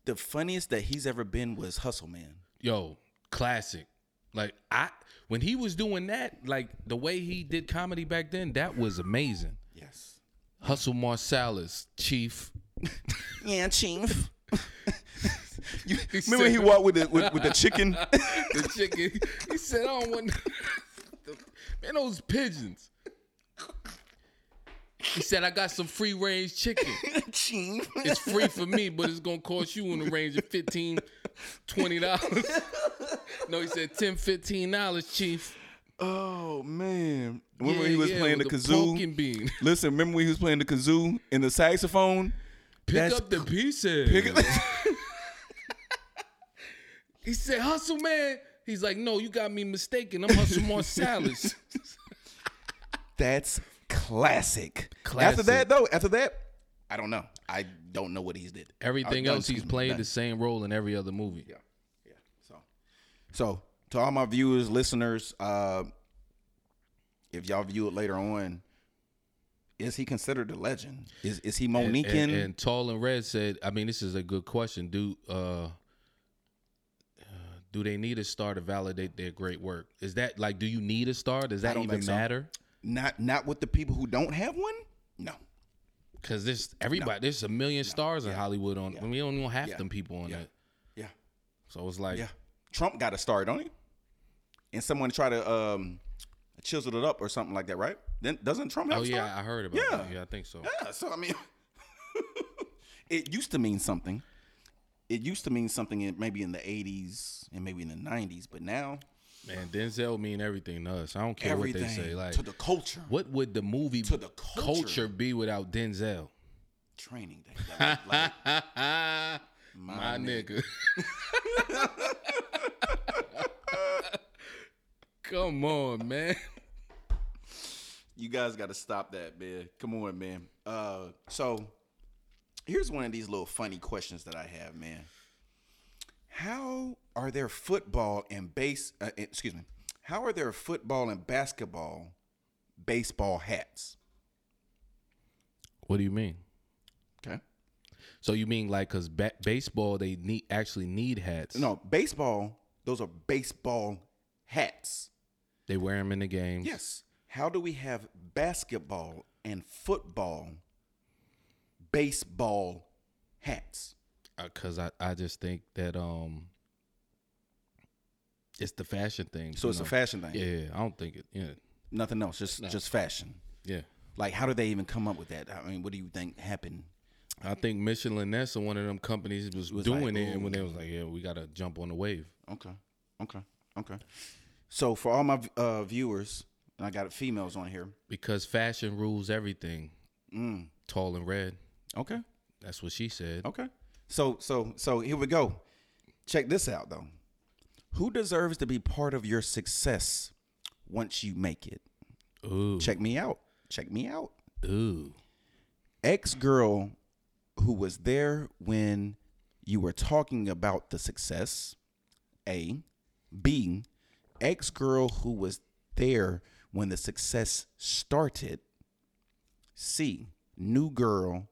B: the funniest that he's ever been was Hustle Man.
C: yo, classic. Like I when he was doing that, like the way he did comedy back then, that was amazing.
B: Yes.
C: Hustle Marsalis, Chief. [LAUGHS]
B: Yeah, chief.
C: [LAUGHS]
B: [LAUGHS] you,
C: said-
B: remember he walked with the
C: [LAUGHS]
B: with, with the chicken.
C: The chicken. he said, I don't want [LAUGHS] man those pigeons. He said, I got some free range chicken.
B: chief.
C: It's free for me, but it's gonna cost you in the range of 15 dollars. [LAUGHS] no, he said 10 dollars, Chief.
B: Oh man! Remember when he
C: Yeah,
B: was
C: yeah,
B: playing the
C: with
B: kazoo?
C: pumpkin bean.
B: Listen, remember when he was playing the kazoo and the saxophone?
C: Pick
B: That's
C: up the pieces. [LAUGHS] he said, "Hustle, man." He's like, "No, you got me mistaken. I'm hustle
B: [LAUGHS]
C: more salads."
B: That's classic. After
C: Classic.
B: that, though, after that, I don't know. I don't know what he's did.
C: Everything
B: I-
C: else, he's
B: excuse me,
C: playing
B: nothing.
C: the same role in every other movie. Yeah, yeah.
B: So to all my viewers, listeners, uh, if y'all view it later on, is he considered a legend? Is is he
C: And-
B: Monican?
C: And, and Tall and Red said, I mean, this is a good question. Do uh, uh, do they need a star to validate their great work? Is that like, do you need a star? Does that
B: don't
C: even
B: think so.
C: matter?
B: not not with the people who don't have one. No,
C: Because there's everybody, there's a million stars in Hollywood on. We don't even have
B: Yeah.
C: them people on
B: Yeah.
C: it.
B: yeah,
C: So it's like,
B: yeah. Trump got a star, don't he? And someone tried to um, chisel it up or something like that, right? Then doesn't Trump have
C: oh
B: a star?
C: yeah, I heard about
B: Yeah.
C: that. Yeah, I think so.
B: Yeah, so I mean, [LAUGHS] it used to mean something. It used to mean something in, maybe in the 80s and maybe in the 90s, but now
C: Man, Denzel mean everything to us. I don't care
B: everything
C: what they say. Like,
B: to the culture.
C: what would the movie
B: To the culture.
C: be without Denzel? [LAUGHS]
B: Training day. Like, like,
C: My, nigga. [LAUGHS] Come on, man.
B: you guys got to stop that, man. Come on, man. Uh, so here's one of these little funny questions that I have, man. How are there football and base? Uh, excuse me. How are there football and basketball, baseball hats?
C: What do you mean?
B: Okay.
C: So you mean like because ba- baseball they need actually need hats?
B: No, baseball, those are baseball hats.
C: they wear them in the games.
B: Yes. How do we have basketball and football baseball hats?
C: because Uh, I, I just think that um, it's the fashion thing.
B: So
C: you
B: it's a
C: know?
B: fashion thing.
C: Yeah, I don't think it. Yeah,
B: Nothing else, just just fashion.
C: yeah.
B: Like how did they even come up with that? I mean, what do you think happened?
C: I think Michelin Ness and one of them companies was,
B: Was
C: doing
B: like,
C: it, and when
B: ooh.
C: they was like, "Yeah, we gotta jump on the wave."
B: Okay. Okay. Okay. So for all my uh, viewers, and I got females on here.
C: because fashion rules everything.
B: Mm.
C: Tall and red.
B: Okay.
C: That's what she said.
B: Okay. So so so here we go. Check this out though. Who deserves to be part of your success once you make it? Oh.
C: Ooh,
B: Check me out. Check me out.
C: ooh.
B: Ex girl who was there when you were talking about the success. A. B. Ex girl who was there when the success started. C. New girl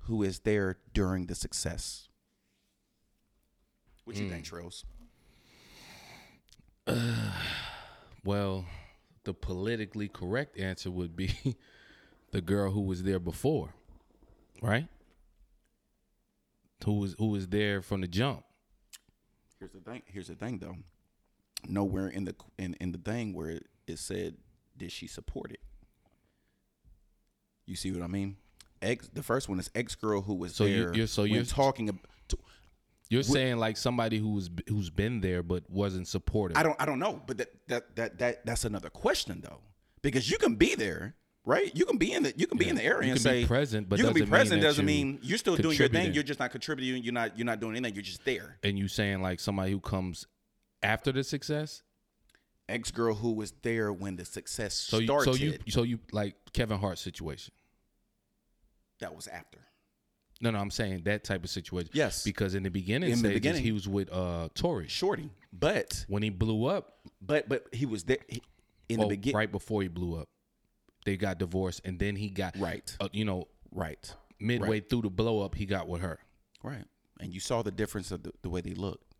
B: who is there during the success. What you think, Trills?
C: Well, the politically correct answer would be [LAUGHS] the girl who was there before, right? Who was who was there from the jump?
B: Here's the thing. Here's the thing, though. Nowhere in the in, in the thing where it, it said, "Did she support it?" You see what I mean? Ex. The first one is ex girl who was
C: So you-
B: there.
C: you're- so
B: when
C: you're-
B: talking. About,
C: You're saying like somebody who's who's been there but wasn't supportive.
B: I don't. I don't know. But that that that that that's another question though, because you can be there, right? You can be in the you can be in the area
C: You
B: and
C: can be
B: say
C: present, but
B: you can be
C: doesn't mean
B: present.
C: that
B: doesn't
C: you
B: mean you're still doing your thing.
C: contributing.
B: You're just not contributing. You're not you're not doing anything. You're just there.
C: and you saying like somebody who comes after the success?
B: Ex girl who was there when the success
C: So you,
B: started.
C: so you so you like Kevin Hart situation.
B: that was after.
C: No, no, I'm saying that type of situation.
B: Yes.
C: because in the beginning,
B: In the
C: stages,
B: beginning.
C: he was with uh Tory.
B: Shorty, but
C: When he blew up,
B: but but he was there he- in
C: oh,
B: the beginning.
C: right before he blew up, they got divorced, and then he got
B: Right.
C: uh, you know,
B: right,
C: midway through the blow up, he got with her.
B: right. And you saw the difference of the, the way they looked,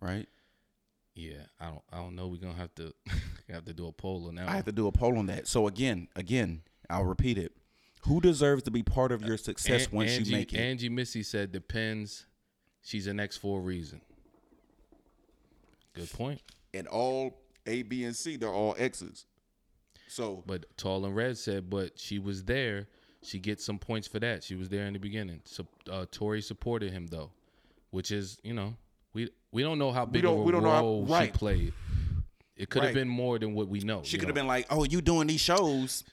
B: right?
C: Yeah, I don't, I don't know. We're gonna have to [LAUGHS] have to do a poll on that.
B: I
C: one.
B: have to do a poll on that. So again, again, I'll repeat it. Who deserves to be part of your success
C: An-
B: once
C: Angie,
B: you make it?
C: Angie Missy said depends. She's an X for a reason. Good point.
D: And all A, B, and C, they're all X's.
B: so
C: But Tall and Red said, but she was there. She gets some points for that. She was there in the beginning. So uh, Tori supported him though, which is you know we we don't know how big
D: don't-
C: of a
D: we don't know how-
C: role
D: right.
C: she played. It could have
B: Right.
C: been more than what we know.
B: she
C: you
B: could have
C: know.
B: been like, "Oh, you doing these shows?"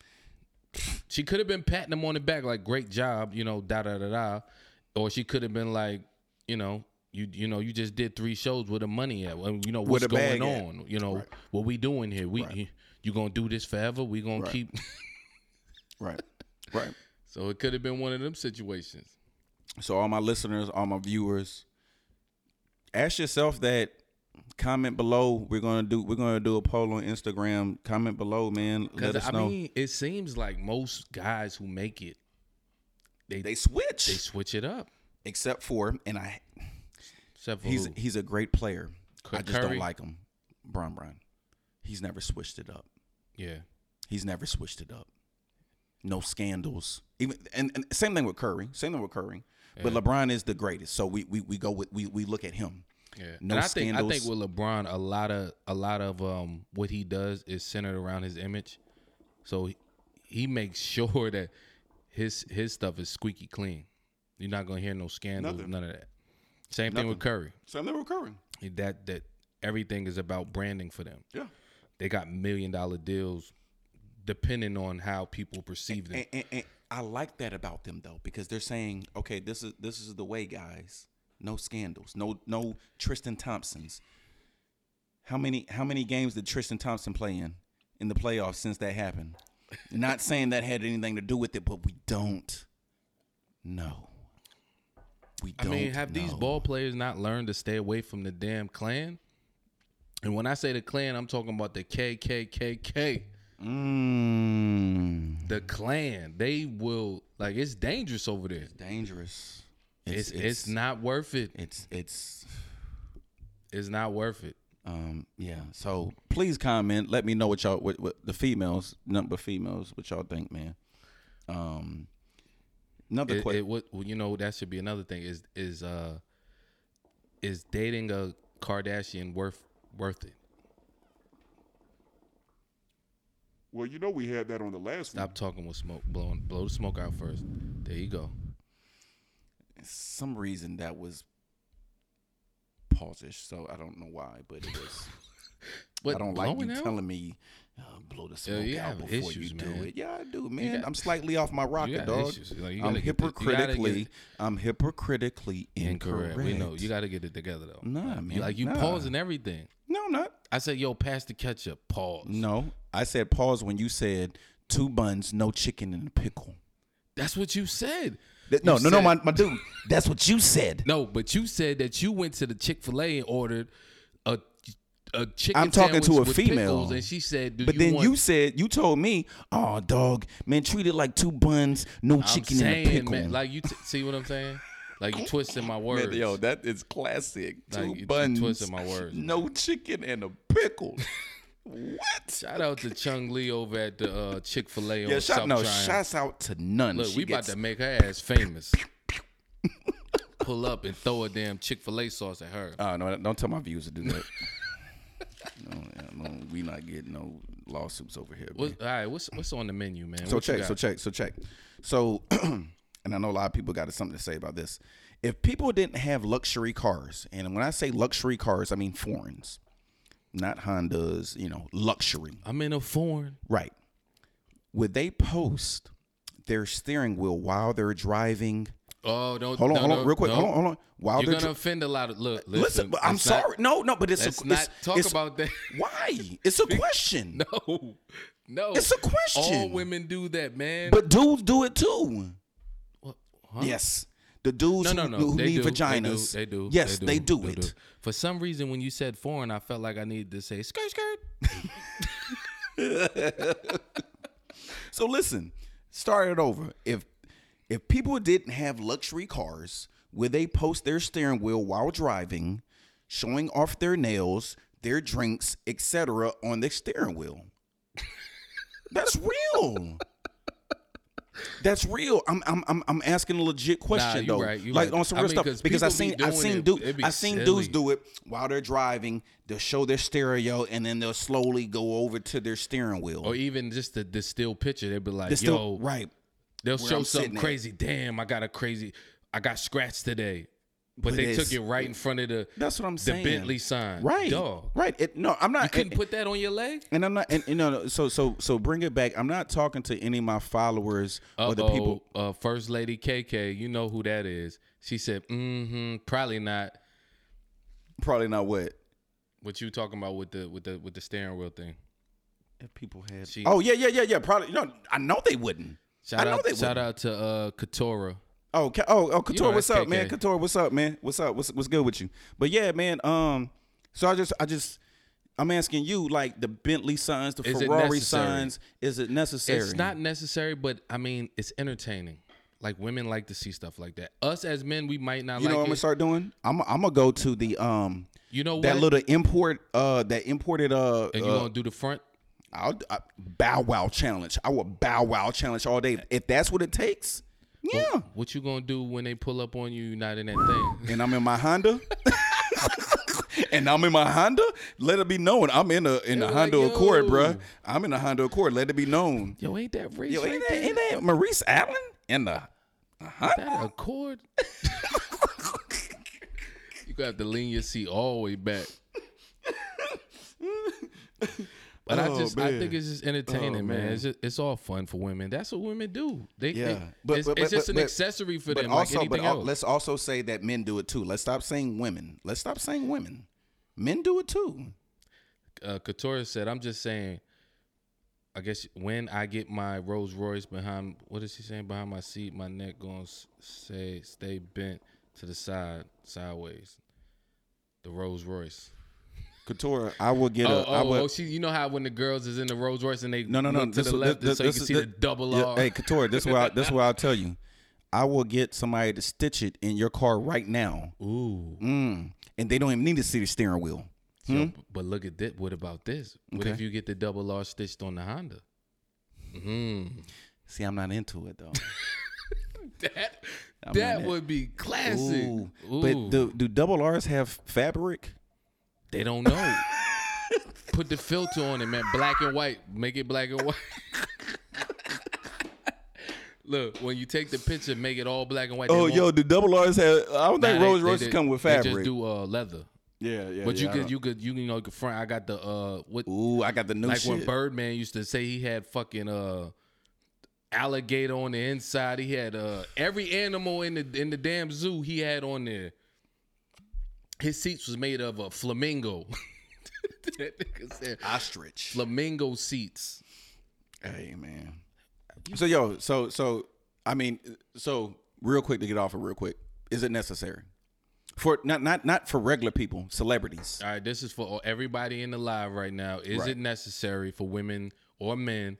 C: She could have been patting him on the back like, "Great job," you know, da da da da, or she could have been like, you know, you you know, you just did three shows with the money at, Well, you know, what's
B: a bag
C: going
B: at.
C: on, you know, what we doing here? We you, you gonna do this forever? We gonna keep? [LAUGHS]
B: Right, right.
C: so it could have been one of them situations.
B: So all my listeners, all my viewers, ask yourself that comment below. We're gonna do we're gonna do a poll on Instagram. Comment below, man. Let us
C: I
B: know.
C: mean, it seems like most guys who make it, they
B: they
C: they,
B: switch,
C: switch it up.
B: except for and I.
C: Except for
B: He's
C: who?
B: he's a great player. I just
C: Curry?
B: don't like him, Bron Bron. He's never switched it up.
C: yeah,
B: He's never switched it up. No scandals. Even and, and same thing with Curry. Same thing with Curry. But LeBron is the greatest, so we we, we go with we, we look at him.
C: yeah.
B: No
C: and I think I think
B: scandals.
C: with LeBron, a lot of a lot of um what he does is centered around his image, so he, he makes [LAUGHS] sure that his his stuff is squeaky clean. You're not gonna hear no scandals,
D: Nothing.
C: none of that. Same thing with Curry.
D: Same thing with Curry.
C: That that everything is about branding for them.
D: Yeah.
C: They got million dollar deals, depending on how people perceive them.
B: And, and, and I like that about them though, because they're saying, okay, this is this is the way, guys. No scandals. No no Tristan Thompsons. How many how many games did Tristan Thompson play in in the playoffs since that happened? Not saying that had anything to do with it, but we don't know. We
C: I
B: don't.
C: mean, have these
B: know.
C: ball players not learned to stay away from the damn clan? And when I say the clan, I'm talking about the KKKK,
B: Mm,
C: the clan. They will like it's dangerous over there.
B: dangerous.
C: It's it's, not worth it.
B: It's it's
C: It's not worth it.
B: um yeah. So please comment. Let me know what y'all what, what the females number females what y'all think, man. Um, another
C: It,
B: question.
C: it would well, you know that should be another thing is is uh is dating a Kardashian worth worth it?
D: Well, you know we had that on the last
C: Stop talking with smoke blowing blow the smoke out first. There you go.
B: Some reason that was pausish, so I don't know why, but it was.
C: But
B: I don't like you
C: blowing out?
B: telling me uh, blow the smoke
C: you
B: out
C: have
B: before
C: issues,
B: you
C: man.
B: do it. Yeah, I do, man.
C: got-
B: I'm slightly off my rocker,
C: got
B: dog.
C: issues. Like, you
B: I'm
C: gotta get the- you gotta get-
B: hypocritically, I'm hypocritically incorrect.
C: incorrect. We know you got to get it together though.
B: Nah,
C: like,
B: man,
C: Like you
B: nah.
C: pausing everything.
B: No, I'm not.
C: I said, "Yo, pass the ketchup." Pause.
B: No, I said pause when you said two buns, no chicken, and a pickle.
C: That's what you said.
B: That- no,
C: You
B: no, no,
C: said-
B: my, my dude. That's what you said.
C: No, but you said that you went to the Chick Fil A and ordered a a chicken.
B: I'm talking to
C: sandwich
B: a
C: with
B: female.
C: pickles, and she said, "Do
B: But
C: you
B: then
C: want
B: you said you told me, "Oh, dog, man, treat it like two buns, no
C: I'm
B: chicken,
C: saying,
B: and a pickle."
C: Man, like you t- see what I'm saying? Like you twisting
B: [LAUGHS]
C: my words.
B: yo, that is classic.
C: Like,
B: Two
C: you- you
B: buns,
C: twisted my words,
B: no chicken, and a pickle. what?
C: [LAUGHS] Shout out to Chung Lee over at the uh, Chick Fil A.
B: Yeah,
C: on
B: shout,
C: South
B: no,
C: Tryon.
B: shouts out to none.
C: Look,
B: She
C: we about
B: gets-
C: to make her ass famous. Pull up and throw a damn Chick Fil A sauce at her.
B: [LAUGHS] Oh no! Don't tell my viewers to
C: [LAUGHS]
B: do that. no, yeah, no, we not getting no lawsuits over here.
C: What,
B: man.
C: all right, what's what's on the menu, man?
B: So
C: What you
B: check,
C: got?
B: so check, so check. So, [CLEARS THROAT] and I know a lot of people got something to say about this. If people didn't have luxury cars, and when I say luxury cars, I mean foreigns, not Hondas. You know, luxury.
C: I'm in a foreign.
B: Right. Would they post their steering wheel while they're driving?
C: Oh, don't
B: Hold on,
C: no,
B: hold on,
C: no,
B: real quick.
C: no.
B: Hold on, hold on. While
C: You're
B: they're
C: gonna
B: dri-
C: offend a lot of look. Listen,
B: listen, but I'm
C: let's not-
B: sorry. no, no, but it's
C: let's
B: a,
C: not
B: it's,
C: talk
B: it's-
C: about that. [LAUGHS]
B: Why? It's a question.
C: no, no.
B: It's a question.
C: All women do that, man.
B: But dudes do it too.
C: What? Huh?
B: Yes. The dudes
C: No, no,
B: who-
C: no.
B: who,
C: they
B: need
C: do,
B: vaginas.
C: They do. They do.
B: Yes, they do,
C: they
B: it.
C: For some reason, when you said foreign, I felt like I needed to say skirt, skirt.
B: So listen, start it over. If if people didn't have luxury cars, would they post their steering wheel while driving, showing off their nails, their drinks, etc., on their steering wheel? That's real. That's real. I'm I'm I'm I'm asking a legit question
C: you
B: though.
C: right, you
B: like
C: right.
B: on some
C: I
B: real
C: mean, 'cause
B: stuff because I
C: people be
B: seen I
C: doing
B: seen
C: it. It
B: dude
C: be
B: I seen dudes
C: silly.
B: do it while they're driving. They'll show their stereo and then they'll slowly go over to their steering wheel.
C: Or even just the, the still picture, they'd be like,
B: It's still
C: Oh, "Yo,
B: right.
C: They'll show
B: I'm
C: something
B: sitting at.
C: crazy. Damn, I got a crazy. I got scratched today, but,
B: But
C: they
B: it's-
C: took it right in front of the.
B: That's what I'm
C: the
B: saying.
C: Bentley sign,
B: Right.
C: Dog,
B: Right. It, no, I'm not.
C: couldn't
B: and,
C: put that on your leg.
B: and I'm not. And, and no, no. So so so bring it back. I'm not talking to any of my followers
C: Uh
B: or the people.
C: uh, First Lady KK, you know who that is. She said, "Mm-hmm, probably not."
B: Probably not what.
C: What you talking about with the with the with the steering wheel thing?
B: If people had.
C: She-
B: oh yeah yeah yeah yeah. Probably no. I know they wouldn't.
C: Shout
B: I know
C: out,
B: they
C: shout
B: wouldn't.
C: out to uh, Katora.
B: Oh, Ka- oh, oh, Couture,
C: know
B: what's
C: that's
B: up, man?
C: KK.
B: Couture, what's up, man? What's up? What's what's good with you? But yeah, man. Um, So I just I just I'm asking you like the Bentley signs, the
C: Is it
B: Ferrari
C: necessary?
B: signs. Is it necessary?
C: It's not necessary, but I mean, it's entertaining. Like women like to see stuff like that. Us as men, we might not
B: You
C: like
B: know what I'm
C: it.
B: gonna start doing? I'm I'm gonna go to the um
C: You know
B: that
C: what?
B: little import uh that imported uh,
C: and you
B: uh,
C: gonna do the front?
B: I'll I, bow wow challenge. I will bow wow challenge all day if that's what it takes. Yeah,
C: What you gonna do when they pull up on you? You not in that
B: [LAUGHS]
C: thing.
B: and I'm in my Honda. And I'm in my Honda. Let it be known I'm in a in a
C: be like,
B: Honda Accord,
C: yo.
B: bruh. I'm in a Honda Accord. Let it be known.
C: Yo, ain't that rich?
B: Yo,
C: right
B: ain't that,
C: there?
B: ain't that Maurice Allen in the
C: that a
B: [LAUGHS]
C: cord? you gonna have to lean your seat all the way back. But I
B: Oh,
C: just I
B: man.
C: think it's just entertaining,
B: Oh,
C: man.
B: man.
C: It's just, it's all fun for women. That's what women do. They,
B: Yeah.
C: they-
B: But-
C: it's,
B: but-
C: it's
B: but-
C: just an
B: but-
C: accessory for
B: But
C: them,
B: also,
C: like
B: but
C: anything
B: al-
C: else.
B: let's also say that men do it too. Let's stop saying women. Let's stop saying women. Men do it too.
C: uh, Katora said, "I'm just saying. I guess when I get my Rolls Royce behind, what is he saying? Behind my seat, my neck going to say stay bent to the side, sideways. The Rolls Royce.
B: Katora, I will get
C: Oh,
B: a. I
C: oh,
B: would,
C: oh, she. You know how when the girls is in the Rolls Royce and they
B: no, no, no.
C: look to
B: this
C: the
B: is-
C: left,
B: this-
C: so you
B: this
C: can
B: is-
C: see
B: this-
C: the double
B: yeah,
C: R.
B: Hey, Katora, this is what I, this is what I'll tell you. I will get somebody to stitch it in your car right now,
C: Ooh,
B: Mm. and they don't even need to see the steering wheel. Hmm?
C: Yo, but look at this. What about this? What if you get the double R stitched on the Honda? Mm.
B: See, I'm not into it though.
C: [LAUGHS] That
B: I'm
C: that
B: not in-
C: would be classic.
B: Ooh.
C: Ooh.
B: But do, do double R's have fabric?
C: They don't know. [LAUGHS] Put the filter on it, man. Black and white. Make it black and white. [LAUGHS] Look, when you take the picture, make it all black and white. They
B: Oh,
C: won't-
B: yo, do double R's have? I don't
C: Nah,
B: think
C: they-
B: Rolls
C: they
B: Royces
C: did-
B: come with
C: They just
B: fabric.
C: do uh, leather.
B: yeah, yeah.
C: But
B: yeah,
C: you
B: I
C: could,
B: don't-
C: you could, you can, you know, you could front. I got the uh, what
B: Ooh, I got the new
C: like
B: shit.
C: when Birdman used to say he had fucking uh alligator on the inside. He had uh every animal in the in the damn zoo he had on there. His seats was made of a flamingo. [LAUGHS] that nigga said
B: ostrich.
C: flamingo seats.
B: Hey man. So yo, so so I mean, so real quick to get off it real quick. Is it necessary for not not not for regular people, celebrities?
C: All right, this is for all- everybody in the live right now. Is it necessary for women or men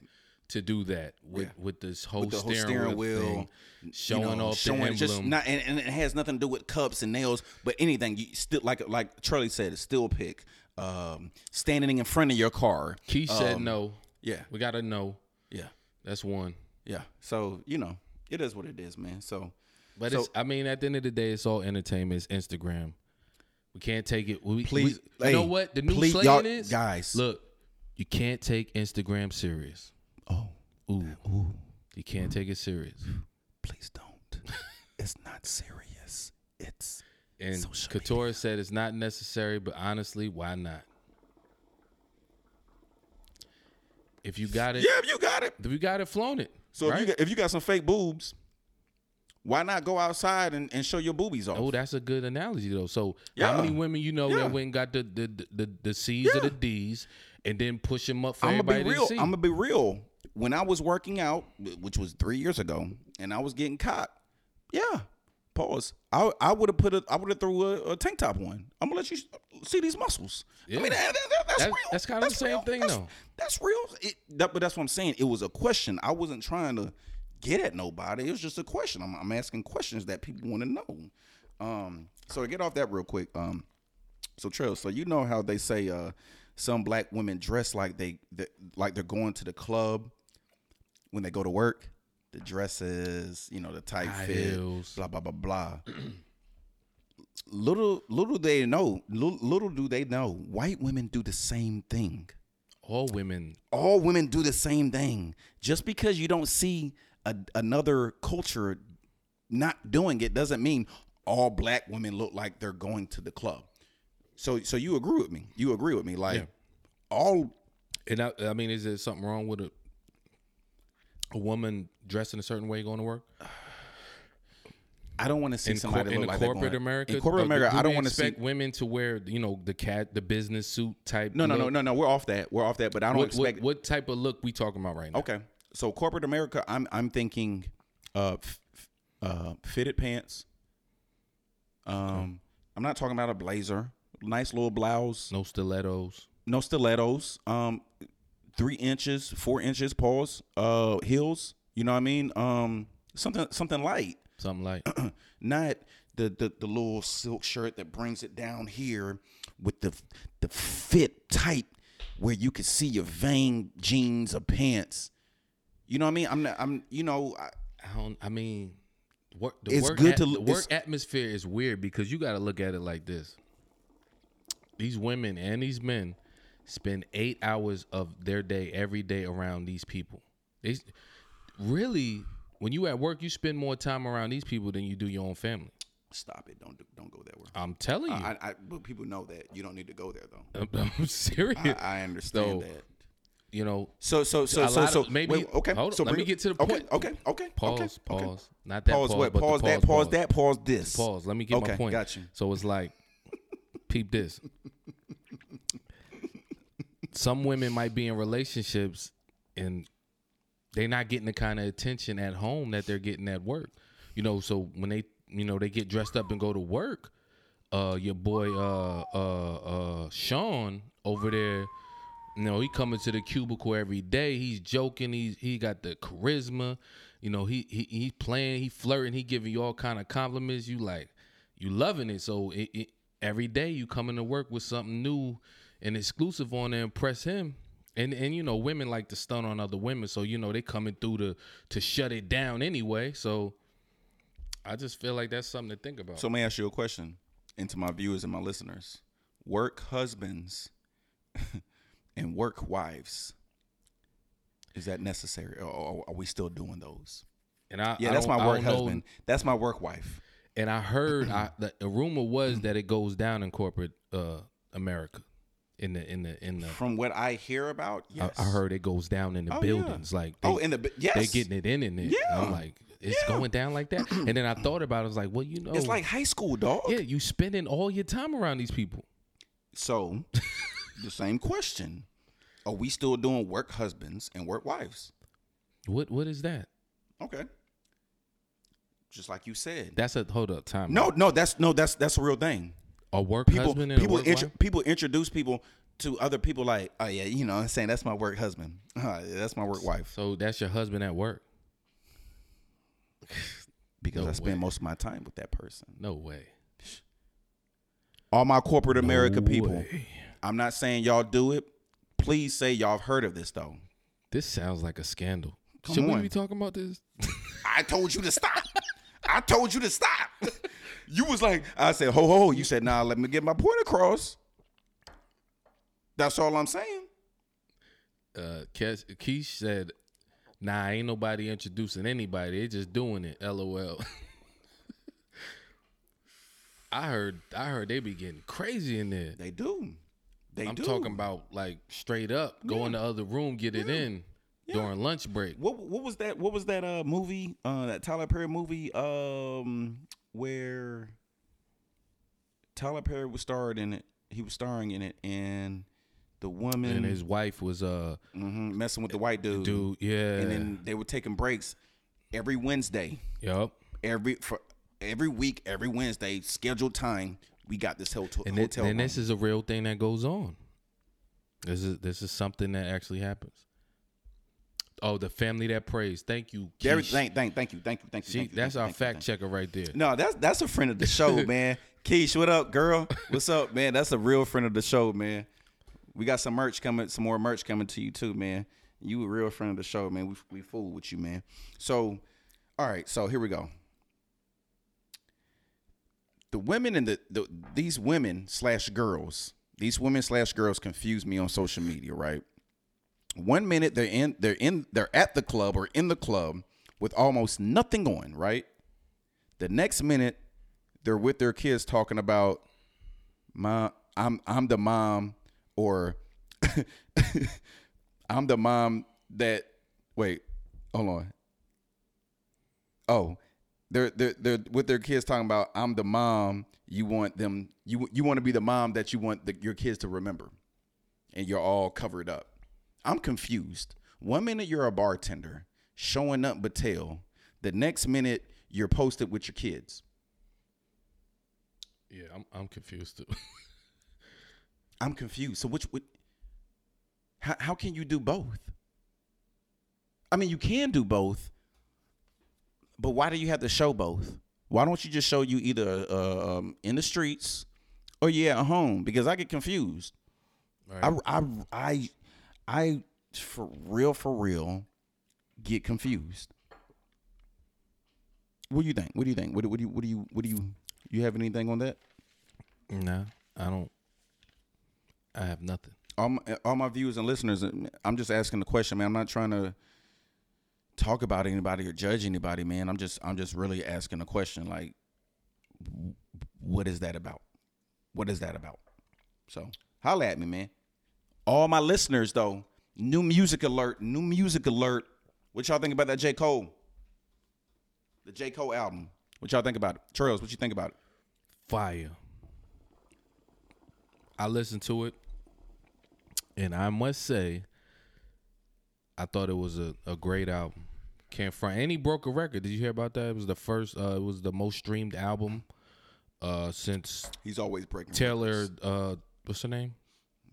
C: to do that with with this whole,
B: the whole
C: steering,
B: steering
C: wheel,
B: wheel,
C: thing, showing off the emblem?
B: just not and, and it has nothing to do with cups and nails, but anything. You still like like Charlie said, it's still pick. Um, standing in front of your car.
C: Keith said
B: um,
C: no.
B: Yeah,
C: We gotta know.
B: yeah,
C: That's one.
B: yeah. So you know, it is what it is, man. So
C: But
B: So-
C: it's, I mean, at the end of the day, it's all entertainment. It's Instagram. We can't take it. We,
B: Please-
C: we, you know
B: hey,
C: what the new
B: please-
C: slang
B: y'all-
C: is,
B: guys.
C: Look, you can't take Instagram serious.
B: oh,
C: Ooh, you can't take it serious.
B: please don't. [LAUGHS] it's not serious. It's
C: And
B: Social
C: Katora said it's not necessary, but honestly, why not? If you got it,
B: yeah, you got it.
C: if you got it, flown it.
B: So if,
C: right?
B: you got, if you got some fake boobs, why not go outside and, and show your boobies off?
C: Oh, that's a good analogy though. So how
B: Yeah.
C: many women you know
B: Yeah.
C: that went and got the the the, the, the C's or the D's and then push them up for
B: I'm
C: everybody
B: gonna be real.
C: to see?
B: I'm gonna be real. When I was working out, which was three years ago, and I was getting caught, yeah. Pause. I I would have put a I would have threw a, a tank top on. I'm gonna let you see these muscles.
C: Yeah.
B: I mean, that- that- that's
C: That's-
B: real.
C: that's kinda the same
B: real.
C: thing,
B: That's-
C: though.
B: That's real. It, that, but that's what I'm saying. It was a question. I wasn't trying to get at nobody. It was just a question. I'm, I'm asking questions that people want to know. Um, so to get off that real quick. Um, so Trill, so you know how they say uh, some black women dress like they, they like they're going to the club when they go to work. The dresses, you know, the tight
C: High
B: fit,
C: heels.
B: blah blah blah blah. little little they know, little, little do they know, white women do the same thing
C: All women
B: all women do the same thing. Just because you don't see a, another culture not doing it doesn't mean all black women look like they're going to the club. So so you agree with me? You agree with me? Like all
C: And I, I mean, is there something wrong with a a woman dressed in a certain way going to work?
B: I don't want to see
C: In, cor-
B: somebody
C: in
B: look
C: a
B: like they're
C: corporate
B: going-
C: America,
B: In corporate
C: Or do-
B: America,
C: do
B: I
C: we
B: don't want to see.
C: expect women to wear you know the cat the business suit type.
B: No no no
C: look?
B: no no. We're off that. We're off that. But I don't
C: What,
B: expect.
C: what what type of look we talking about right now?
B: Okay. So corporate America, I'm I'm thinking uh f- f- uh fitted pants. Um I'm not talking about a blazer. nice little blouse.
C: No stilettos.
B: no stilettos um three inches four inches paws uh heels you know what i mean um something something light
C: Something like
B: [LAUGHS] not the, the the little silk shirt that brings it down here with the the fit tight where you can see your vein jeans or pants you know what i mean i'm not i'm you know I,
C: I don't. I mean, work. The
B: It's
C: work
B: good
C: at-
B: to l-
C: the work
B: it's-
C: atmosphere is weird because you got to look at it like this. These women and these men spend eight hours of their day every day around these people. They s- really, when you at work, you spend more time around these people than you do your own family.
B: stop it don't do- don't go that way
C: I'm telling you,
B: I, I but people know that you don't need to go there though
C: [LAUGHS] I'm, I'm serious.
B: i, I understand
C: So-
B: that
C: you know,
B: so so so
C: A
B: so
C: lot
B: so
C: of- maybe-
B: wait, okay
C: hold on,
B: so
C: let me
B: bring-
C: get to the
B: okay,
C: point.
B: okay okay
C: pause,
B: okay,
C: pause,
B: okay.
C: not that pause,
B: pause, what?
C: but the
B: Pause, that. Pause, that. Pause this.
C: pause. Let me get
B: Okay,
C: my point.
B: got you.
C: So it's like, peep this. Some women might be in relationships and they're not getting the kind of attention at home that they're getting at work. You know, so when they you know they get dressed up and go to work, uh, your boy uh uh uh Sean over there. You know, he coming to the cubicle every day. He's joking. He's he got the charisma. You know, he he he playing. He flirting. He giving you all kind of compliments. You like, you loving it. So it, it, every day you coming to work with something new and exclusive on to impress him. And and you know, women like to stun on other women. So you know, they coming through to to shut it down anyway. So I just feel like that's something to think about.
B: So let me ask you a question, and to my viewers and my listeners: work husbands [LAUGHS] and work wives. Is that necessary, or- or are we still doing those?
C: and I
B: Yeah,
C: I
B: that's
C: don't-
B: my
C: I
B: work
C: don't know-
B: husband. That's my work wife.
C: and I heard I, the, the rumor was that it goes down in corporate uh, America, in the in the in the.
B: From what I hear about,
C: I-
B: yes,
C: I, heard it goes down in the
B: Oh, yeah.
C: buildings, like they,
B: oh, in the bi- yes,
C: they're getting it in in it.
B: Yeah.
C: I'm like, it's
B: Yeah.
C: going down like
B: [CLEARS THROAT]
C: that. And then I thought about it. I was like, well, you know,
B: It's like high school, dog.
C: yeah, you spending all your time around these people.
B: So, [LAUGHS] the same question: Are we still doing work husbands and work wives?
C: What what is that?
B: Okay, just like you said.
C: That's a hold up time.
B: no,
C: out.
B: no, that's no, that's that's a real thing.
C: a work
B: people
C: husband and
B: people
C: a work
B: intro-
C: wife?
B: people introduce people to other people like oh yeah you know what I'm saying that's my work husband [LAUGHS] oh, yeah, that's my work wife
C: So that's your husband at work.
B: because
C: No
B: I spend
C: way.
B: most of my time with that person.
C: No way.
B: All my corporate America
C: No
B: people,
C: way.
B: I'm not saying y'all do it. Please say y'all have heard of this though.
C: This sounds like a scandal.
B: Come
C: Should
B: on.
C: we be talking about this?
B: I told you to
C: [LAUGHS]
B: stop. I told you to stop. [LAUGHS] You was like I said ho ho ho. You said nah. Let me get my point across. That's all I'm saying.
C: uh Kes- Keish said, "Nah, ain't nobody introducing anybody. They just doing it." LOL. [LAUGHS] I heard, I heard they be getting crazy in there.
B: They do. They
C: I'm
B: do.
C: talking about like straight up go in the other room, get it in during lunch break.
B: What what was that? What was that uh movie? Uh, that Tyler Perry movie. Um, where Tyler Perry was starred in it. He was starring in it, and the woman
C: And his wife was uh,
B: mhm, messing with the white dude.
C: dude, yeah,
B: And then they were taking breaks every Wednesday,
C: yep.
B: every for every week, every Wednesday, scheduled time. We got this hotel.
C: And, it,
B: hotel
C: and
B: room.
C: this is a real thing that goes on. This is this is something that actually happens. Oh, the family that prays. Thank you.
B: There-
C: Keish.
B: thank, thank, thank you, thank you, thank you.
C: See,
B: thank you,
C: that's
B: thank you,
C: our
B: thank you,
C: fact
B: thank
C: checker
B: you.
C: right there.
B: No, that's that's a friend of the show, man. Keish, what up, girl? What's up, man? That's a real friend of the show, man. We got some merch coming, some more merch coming to you too, man. You a real friend of the show, man. We we fool with you, man. So, all right, so here we go. The women and the, the these women slash girls, these women slash girls confuse me on social media, right? One minute they're in they're in they're at the club or in the club with almost nothing on, right? The next minute, they're with their kids talking about mom. I'm I'm the mom, or [LAUGHS] I'm the mom that. Wait, hold on. Oh, they're they're they're with their kids talking about I'm the mom. You want them. You you want to be the mom that you want the, your kids to remember, and you're all covered up. I'm confused. One minute you're a bartender showing up Battelle. The next minute you're posted with your kids.
C: Yeah, I'm I'm confused too. [LAUGHS]
B: I'm confused. So which would how how can you do both? I mean, you can do both, but why do you have to show both? Why don't you just show you either uh, um, in the streets or yeah at home? Because I get confused. I I I I for real for real get confused. What do you think? What do you think? What, do- what do you what do you what do you you have anything on that?
C: No, I don't. I have nothing.
B: all my, all my viewers and listeners, uh, I'm just asking the question, man. I'm not trying to talk about anybody or judge anybody, man. I'm just I'm just really asking a question, like, w- what is that about? What is that about? So holla at me, man. All my listeners, though, new music alert, new music alert. What y'all think about that J Cole? The J Cole album. What y'all think about it? Trails, what you think about it?
C: Fire. I listened to it, and I must say, I thought it was a, a great album. Can't front. And he broke a record. Did you hear about that? It was the first. Uh, it was the most streamed album uh, since
B: He's always breaking
C: Taylor. Uh, what's her name?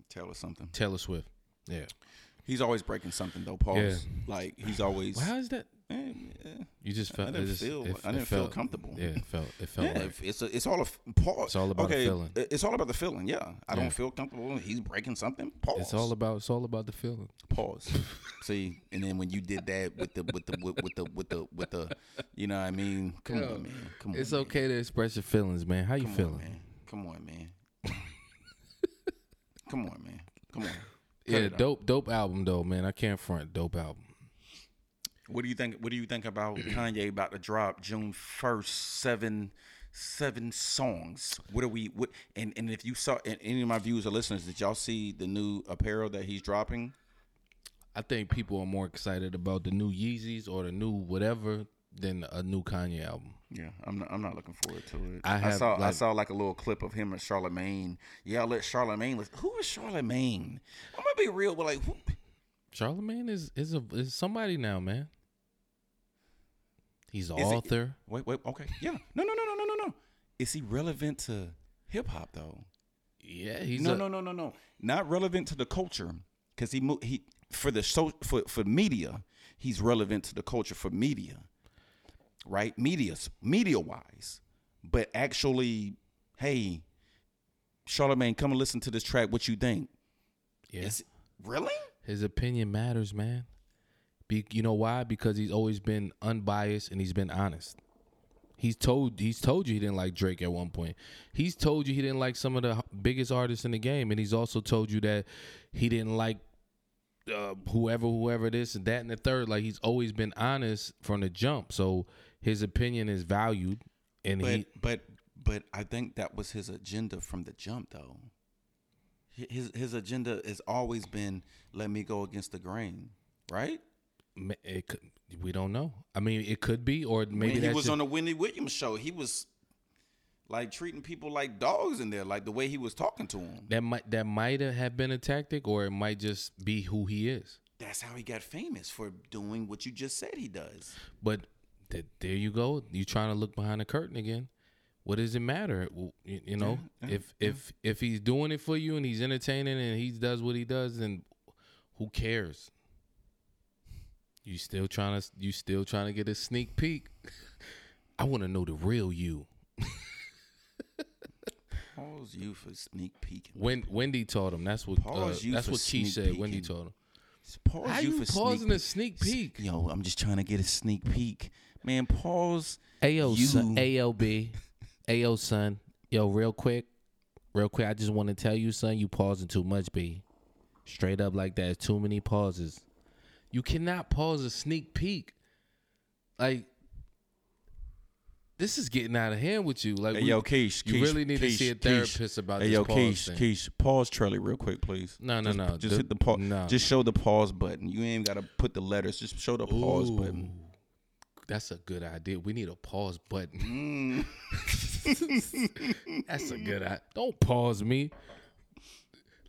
B: Taylor something.
C: Taylor Swift. Yeah.
B: He's always breaking something though. Pause.
C: Yeah.
B: Like he's always.
C: Well, how is that?
B: Eh, yeah.
C: You just felt.
B: I didn't
C: Uh, it just,
B: feel-
C: it-
B: I
C: it
B: didn't feel
C: felt-
B: comfortable.
C: Yeah, it felt. It felt.
B: Yeah,
C: like,
B: if it's a, it's all a f- pause.
C: It's all about the
B: okay,
C: feeling.
B: i- It's all about the feeling. Yeah, I
C: Yeah.
B: don't feel comfortable. He's breaking something. Pause.
C: it's all about. It's all about the feeling.
B: pause.
C: [LAUGHS]
B: See, and then when you did that with the with the with, with the with the with the, you know, what I mean, come on, man, come on,
C: It's
B: man.
C: okay to express your feelings, man. How you
B: Come
C: feeling?
B: on, man, come on, man, come on, man, come on. Cut
C: Yeah,
B: it out.
C: dope, dope album though, man. I can't front dope album.
B: What do you think? What do you think [CLEARS THROAT] about Kanye about to drop June first? Seven, seven songs. What are we? What and and if you saw and any of my viewers or listeners, did y'all see the new apparel that he's dropping?
C: I think people are more excited about the new Yeezys or the new whatever than a new Kanye album.
B: Yeah, I'm not, I'm not looking forward to it.
C: I have,
B: saw I
C: like-
B: saw like a little clip of him and Charlemagne. Yeah, I let Charlemagne. Listen. Who is Charlemagne? I'm gonna be real, but like, who,
C: Charlemagne is is a is somebody now, man. He's an
B: Is he-
C: author.
B: wait, wait, okay, yeah, no, no, no, no, no, no, no. Is he relevant to hip hop though?
C: yeah, he's
B: no,
C: a,
B: no, no, no, no. Not relevant to the culture because he mo- he for the so for for media, he's relevant to the culture for media, right? Media's media wise, but actually, hey, Charlemagne, come and listen to this track. What you think?
C: Yeah.
B: Is it, really?
C: His opinion matters, man. Be, you know why? Because he's always been unbiased and he's been honest. He's told he's told you he didn't like Drake at one point. He's told you he didn't like some of the h- biggest artists in the game, and he's also told you that he didn't like uh, whoever, whoever this and that and the third. Like he's always been honest from the jump, so his opinion is valued. And
B: But
C: he,
B: but but I think that was his agenda from the jump, though. Hi- His his agenda has always been let me go against the grain, right?
C: ma- it, could- we don't know. I mean, it could be, or maybe
B: when he
C: that's
B: was
C: just-
B: on the Wendy Williams show, he was like treating people like dogs in there, like the way he was talking to them.
C: that might that might have been a tactic, or it might just be who he is.
B: That's how he got famous for doing what you just said he does.
C: But th- there you go. You trying to look behind the curtain again. What does it matter? W- You, you know, if if if he's doing it for you and he's entertaining and he does what he does, then who cares? You still trying to you still trying to get a sneak peek. [LAUGHS] I want to know the real you.
B: Pause you for sneak peeking.
C: When Wendy taught him. That's what uh,
B: Pause you
C: that's
B: for
C: what Keith
B: sneak
C: said. Wendy
B: peeking.
C: told him.
B: Pause
C: How you pausing a sneak peek?
B: Yo, I'm just trying to get a sneak peek, man. Pause.
C: Ayo,
B: You-
C: son, Ayo, B. Ayo, son. Yo, real quick. Real quick. I just want to tell you, son, you pausing too much, B. Straight up like that. Too many pauses. You cannot pause a sneak peek. Like, this is getting out of hand with you. Like,
B: Hey,
C: we-
B: yo, Keish,
C: you
B: Keish,
C: really need
B: Keish,
C: to see a
B: Keish.
C: therapist about
B: Hey,
C: this
B: yo,
C: pause
B: Keish,
C: thing.
B: Keish, pause Charlie real quick, please.
C: No, no,
B: Just-
C: no.
B: Just
C: The-
B: hit the pause.
C: no.
B: Just show the pause button. You ain't gotta put the letters. Just show the pause
C: Ooh,
B: button.
C: That's a good idea. We need a pause button.
B: Mm.
C: [LAUGHS] that's a good idea. Don't pause me.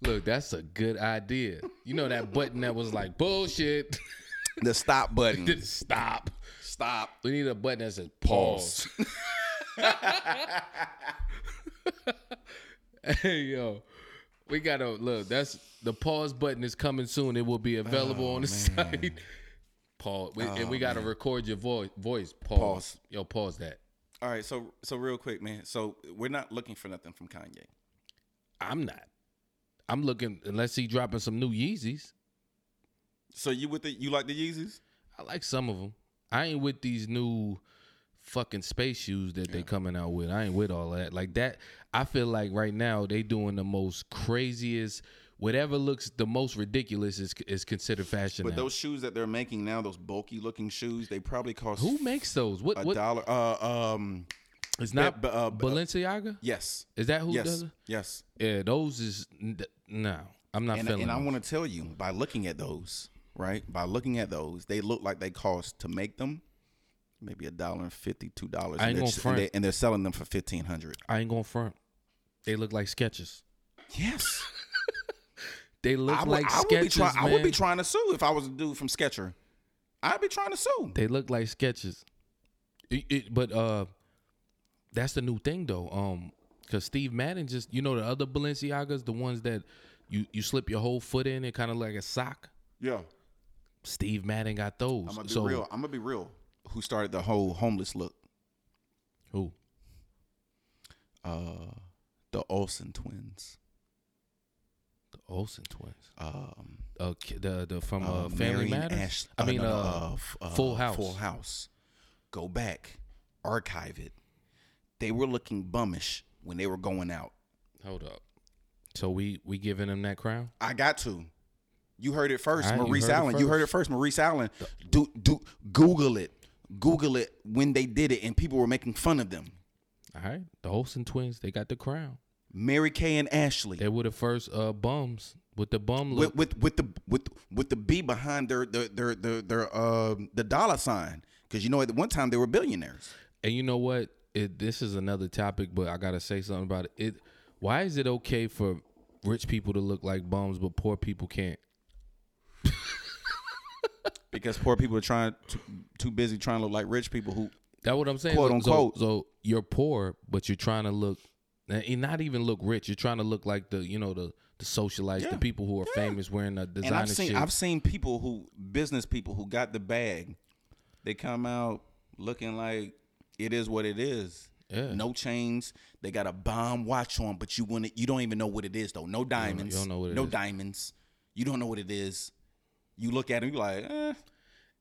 C: Look, that's a good idea. You know that button that was like bullshit.
B: The [LAUGHS] stop button.
C: Stop.
B: stop.
C: We need a button that says pause. [LAUGHS] hey yo, We gotta look. That's the pause button is coming soon. It will be available on the site. [LAUGHS] Pause. We, and we gotta record your voice. Voice. Pause.
B: Pause.
C: Yo, pause that.
B: [LAUGHS] All right, so so real quick, man. So we're not looking for nothing from Kanye.
C: I'm not. I'm looking unless he dropping some new Yeezys.
B: So you with the you like the Yeezys?
C: I like some of them. I ain't with these new fucking space shoes that they coming out with. I ain't with all that. Like that, I feel like right now they doing the most craziest. Whatever looks the most ridiculous is is considered fashion.
B: But
C: now.
B: those shoes that they're making now, those bulky looking shoes, they probably cost
C: who makes those?
B: a
C: What? What?
B: dollar. Uh, um,
C: It's not
B: Be- be- uh, be- uh,
C: Balenciaga.
B: yes,
C: Is that who does
B: yes,
C: it?
B: yes.
C: Yeah, those is n- th- no. I'm not
B: And
C: feeling.
B: and I
C: them.
B: want to tell you by looking at those, right? By looking at those, they look like they cost to make them maybe a dollar and fifty, two dollars.
C: I ain't
B: and,
C: gonna
B: they're-
C: front.
B: and they- and they're selling them for fifteen hundred.
C: I ain't going front. They look like sketches.
B: Yes.
C: They look
B: I would,
C: like
B: I would
C: sketches,
B: be trying.
C: man.
B: I would be trying to sue if I was a dude from Sketcher. I'd be trying to sue.
C: They look like sketches. It- it- but uh, that's the new thing though. Um, cause Steve Madden just you know the other Balenciagas, the ones that you you slip your whole foot in and kind of like a sock.
D: Yeah.
C: Steve Madden got those.
B: I'm gonna be
C: so
B: real. I'm gonna be real. Who started the whole homeless look?
C: who?
B: Uh, the Olsen twins.
C: The Olsen twins.
B: Um,
C: Uh, ki- the the from uh,
B: uh,
C: Family
B: Marian
C: Matters.
B: Ash-
C: I
B: uh,
C: mean,
B: no,
C: uh,
B: no, uh, f- uh,
C: Full House.
B: Full House. Go back, archive it. They were looking bummish when they were going out.
C: Hold up. So we we giving him that crown?
B: I got to. You heard it first,
C: All right, you
B: Maurice
C: heard it
B: Allen. You heard it
C: first.
B: first, Maurice Allen. Do do Google it. Google it when they did it, and people were making fun of them.
C: All right. The Olsen twins, they got the crown.
B: Mary Kay and Ashley
C: They were the first uh bums with the bum look.
B: with, with with the with with the B behind their their their their, their um the dollar sign because you know at one time they were billionaires.
C: And you know what? It, this is another topic, but I gotta say something about it. It why is it okay for rich people to look like bums but poor people can't?
B: Because poor people are trying too, too busy trying to look like rich people who
C: That what I'm saying.
B: Quote,
C: So-
B: unquote.
C: So, so you're poor, but you're trying to look and not even look rich. You're trying to look like the you know the the socialites, the people who are famous wearing the
B: and
C: designer
B: I've seen
C: shit.
B: I've seen people who business people who got the bag, they come out looking like it is what it is.
C: Yeah.
B: No chains. They got a bomb watch on, but you wouldn't you don't even know what it is though. No diamonds.
C: don't know what it
B: no
C: is.
B: diamonds. You don't know what it is. You look at him, you like, eh,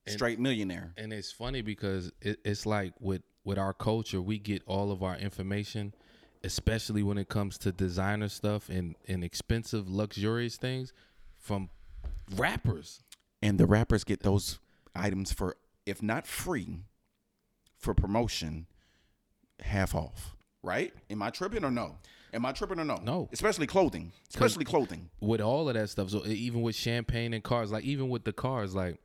B: straight millionaire.
C: and it's funny because it, it's like with with our culture we get all of our information especially when it comes to designer stuff and and expensive luxurious things from rappers
B: And the rappers get those items for if not free, for promotion, half off. Right? Am I tripping or no? Am I tripping or no?
C: No.
B: Especially clothing. Especially clothing.
C: with all of that stuff so e- even with champagne and cars like even with the cars like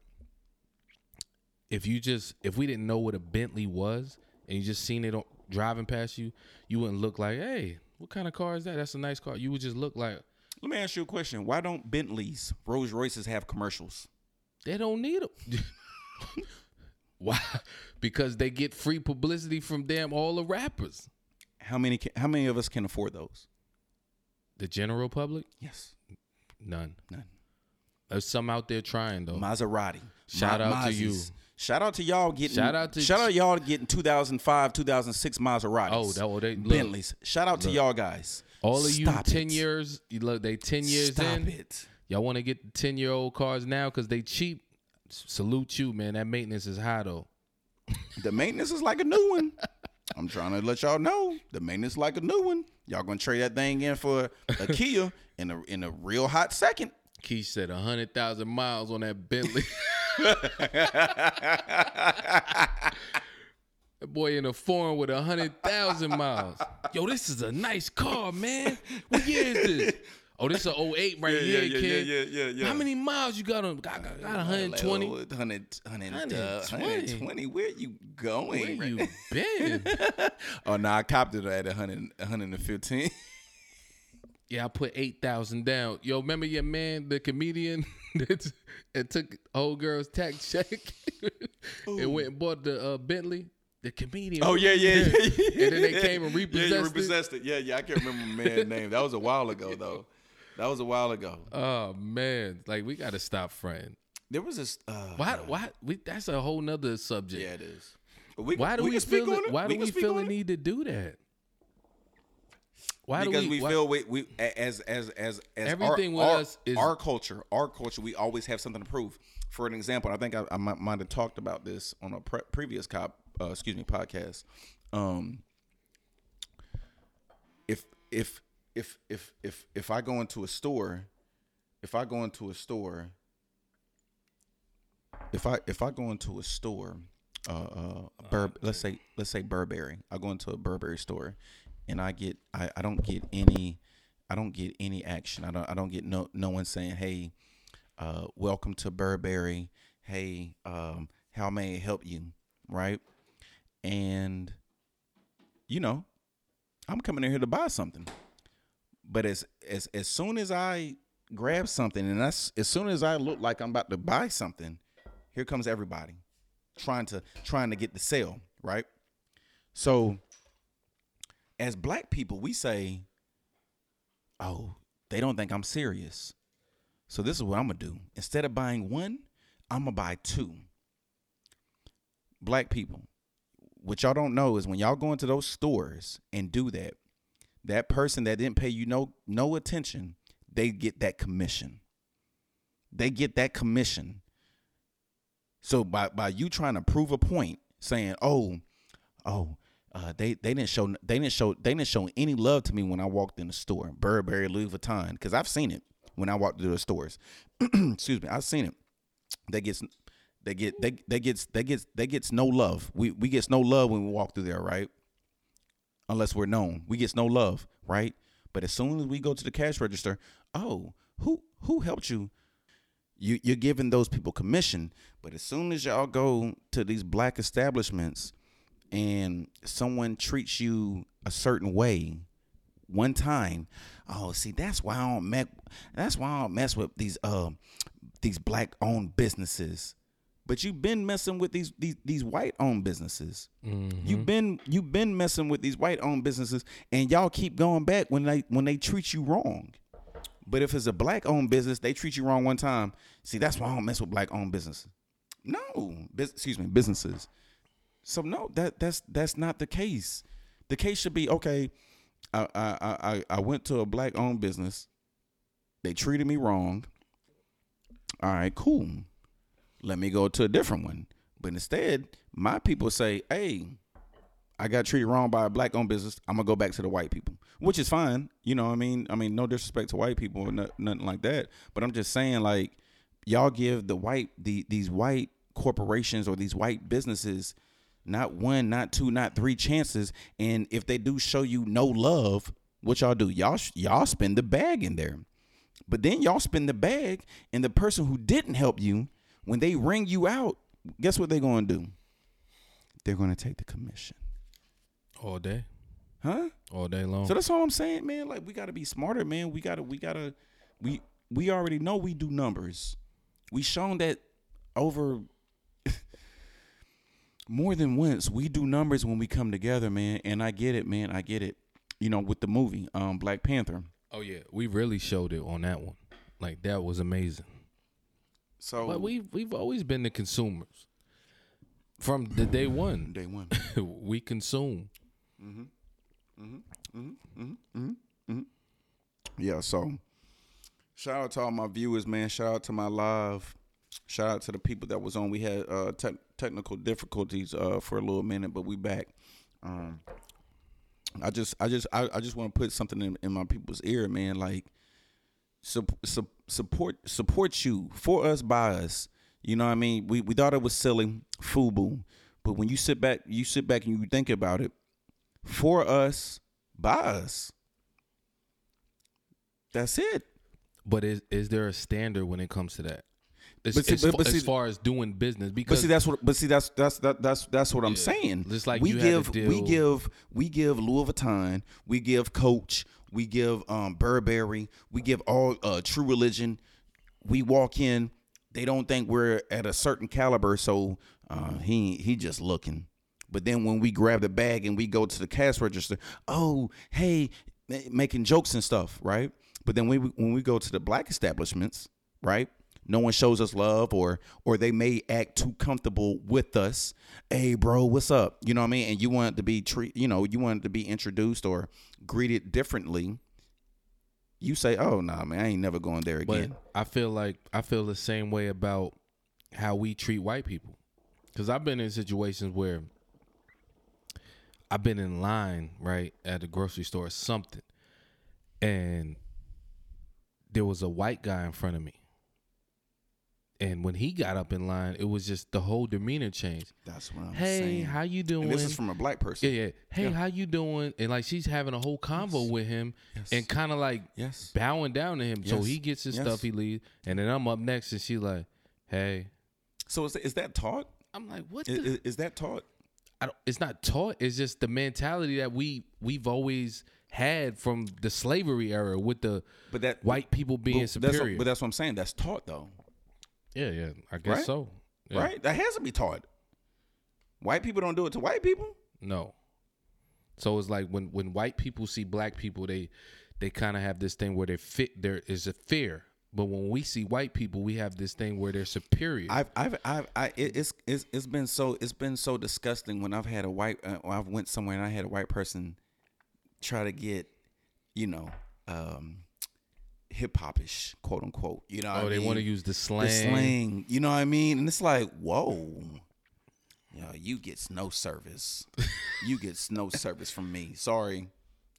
C: if you just if we didn't know what a bentley was and you just seen it on, driving past you you wouldn't look like hey what kind of car is that that's a nice car you would just look like
B: Let me ask you a question. Why don't Bentleys, Rolls Royces have commercials?
C: They don't need them. [LAUGHS] Why? Because they get free publicity from damn all the rappers.
B: How many can, how many of us can afford those?
C: The general public?
B: Yes.
C: None.
B: None.
C: There's some out there trying though.
B: Maserati.
C: Oh. Shout out to you.
B: Mazzies. Shout out to y'all getting
C: Shout out to-
B: shout out y'all getting 2005, 2006 Maseratis.
C: Oh, that- well, they- look.
B: Bentleys. Shout out to y'all guys.
C: all of you
B: Stop
C: ten
B: it.
C: years, you look, they ten years
B: Stop
C: in.
B: it.
C: Y'all want to get the ten year old cars now because they cheap. S- Salute you, man. That maintenance is high though.
B: The maintenance is like a new one. I'm trying to let y'all know the maintenance is like a new one. Y'all gonna trade that thing in for
C: [LAUGHS]
B: a Kia in a in a real hot second.
C: Key said hundred thousand miles on that Bentley. [LAUGHS] that boy in a foreign with hundred thousand miles. Yo, this is a nice car, man. What year is this? Oh, this is a 08 right here, kid.
B: yeah,
C: How many miles you got on? Got, got, got 120.
B: 100, 100, uh,
C: 120.
B: 120. Where you
C: Where
B: going?
C: you been?
B: Oh no, I copped it at 100, 115.
C: Yeah, I put eight thousand down. Yo, remember your man, the comedian [LAUGHS] that that took old girl's tax check [LAUGHS] and went and bought the uh, Bentley. The comedian.
B: [LAUGHS] Oh
C: [LAUGHS]
B: yeah, [LAUGHS] yeah, yeah.
C: And then they came and
B: [LAUGHS] Yeah,
C: repossessed
B: you
C: it.
B: repossessed it. Yeah, yeah. I can't remember my man's name. That was a while ago though. That was a while ago.
C: Oh man, like we got to stop friend.
B: There was this. Uh,
C: Why? Why? We, that's a whole nother subject.
B: Yeah, it is. But we,
C: why do we,
B: can
C: feel?
B: speak on
C: The,
B: it.
C: why do
B: can
C: we
B: speak
C: feel
B: on
C: the
B: it.
C: need to do that? Why
B: because
C: do
B: we,
C: why-
B: feel we, we as as as as
C: Everything
B: our,
C: with
B: our,
C: us is-
B: our culture, our culture. We always have something to prove. For an example, I think I, I might, might have talked about this on a pre- previous cop, uh, excuse me, podcast. Um, if if if if if if I go into a store, if I go into a store, if I if I go into a store, uh, uh
C: Oh,
B: Bur- let's say let's say Burberry, I go into a Burberry store, and I get I, I don't get any I don't get any action. I don't I don't get no no one saying hey, uh, welcome to Burberry. Hey, um, how may I help you? Right, and you know, I'm coming in here to buy something. But as as as soon as I grab something and that's as soon as I look like I'm about to buy something, here comes everybody trying to trying to get the sale, right? So as black people, we say, "Oh, they don't think I'm serious." So this is what I'm going to do. Instead of buying one, I'm going to buy two. Black people, what y'all don't know is when y'all go into those stores and do that, that person that didn't pay you no no attention, they get that commission. They get that commission. So by by you trying to prove a point, saying, "Oh, oh, uh, they they didn't show they didn't show they didn't show any love to me when I walked in the store, Burberry, Louis Vuitton, because I've seen it when I walked through the stores. [CLEARS THROAT] Excuse me, I've seen it. They gets they get they they gets they gets they gets no love. We we gets no love when we walk through there, right? unless we're known. We gets no love, right? But as soon as we go to the cash register, oh, who who helped you? You you're giving those people commission. But as soon as y'all go to these black establishments and someone treats you a certain way one time, oh, see, that's why I don't mess. That's why I don't mess with these uh these black owned businesses. But you've been messing with these these these white owned businesses. You've been you've been messing with these white owned businesses, and y'all keep going back when they when they treat you wrong. But if it's a black owned business, they treat you wrong one time. See, that's why I don't mess with black owned businesses. No, bus- excuse me, businesses. So no, that that's that's not the case. The case should be okay. I I I- I, I went to a black owned business. They treated me wrong. All right, cool. Let me go to a different one. But instead, my people say, "Hey, I got treated wrong by a black owned business. I'm gonna go back to the white people, which is fine. You know, what I mean, I mean, no disrespect to white people or no, nothing like that. But I'm just saying, like, y'all give the white the these white corporations or these white businesses not one, not two, not three chances. And if they do show you no love, what y'all do? Y'all sh- y'all spend the bag in there. But then y'all spin the bag, and the person who didn't help you, when they ring you out, guess what they're going to do? They're going to take the commission.
C: all day,
B: Huh?
C: all day long.
B: So that's all I'm saying, man. Like we got to be smarter, man. We got to we got to we we already know we do numbers. We shown that over [LAUGHS] more than once we do numbers when we come together, man. And I get it, man. I get it. You know, with the movie um Black Panther.
C: oh yeah, we really showed it on that one. Like that was amazing.
B: So
C: But we we've always been the consumers from the day one. [LAUGHS]
B: day one.
C: we consume.
B: yeah, so shout out to all my viewers, man. Shout out to my live. Shout out to the people that was on. We had uh, tech technical difficulties uh, for a little minute, but we back. Um, I just, I just, I, I just want to put something in, in my people's ear, man. Like, sup, sup, support, support you for us by us. You know what I mean? We we thought it was silly, fubu, but when you sit back, you sit back and you think about it, for us by us. That's it.
C: But is is there a standard when it comes to that? As,
B: But see-
C: as
B: but-
C: fa-
B: but see-
C: as far as doing business, because
B: But see, that's what. But see, that's that's that, that's that's what I'm saying.
C: Just like
B: we
C: you had to
B: give, we
C: deal-
B: give, we give Louis Vuitton, we give Coach, we give um, Burberry, we give all uh, True Religion. We walk in, they don't think we're at a certain caliber, so uh, he he just looking. But then when we grab the bag and we go to the cash register, oh hey, ma- making jokes and stuff, right? But then when we, when we go to the black establishments, right? No one shows us love, or or they may act too comfortable with us. Hey, bro, what's up? You know what I mean? And you want to be treat, you know, you want to be introduced or greeted differently. You say, "Oh, nah, man, I ain't never going there
C: But
B: again."
C: I feel like I feel the same way about how we treat white people. Cause I've been in situations where I've been in line, right, at a grocery store or something, and there was a white guy in front of me. And when he got up in line, it was just the whole demeanor changed.
B: That's what I'm
C: hey,
B: saying.
C: how you doing?
B: and this is from a black person.
C: yeah, yeah. Hey, how you doing? And like she's having a whole convo with him and kind of like
B: Yes.
C: bowing down to him. So
B: Yes.
C: he gets his
B: Yes.
C: stuff, he leaves, and then I'm up next, and she like, "Hey."
B: So is, is that taught?
C: I'm like, "What?"
B: Is,
C: the?
B: is- is that taught?
C: I don't, it's not taught. It's just the mentality that we we've always had from the slavery era with the
B: But that
C: white people being
B: but that's-
C: superior.
B: but that's what I'm saying. That's taught though,
C: yeah, yeah. I guess
B: Right?
C: so. Yeah.
B: right? That has to be taught. White people don't do it to white people.
C: No. So it's like when when white people see black people, they they kind of have this thing where they fit. There is a fear. But when we see white people, we have this thing where they're superior.
B: I've, I've, I've, I, it, it's, it's, it's been so, it's been so disgusting when I've had a white, uh, when I've went somewhere and I had a white person try to get, you know, um, hip hopish, quote unquote. You know, what
C: oh,
B: I
C: they
B: mean?
C: want to use the slang.
B: the slang. You know what I mean? And it's like, whoa. You, know, you gets no service. you gets no service from me. Sorry.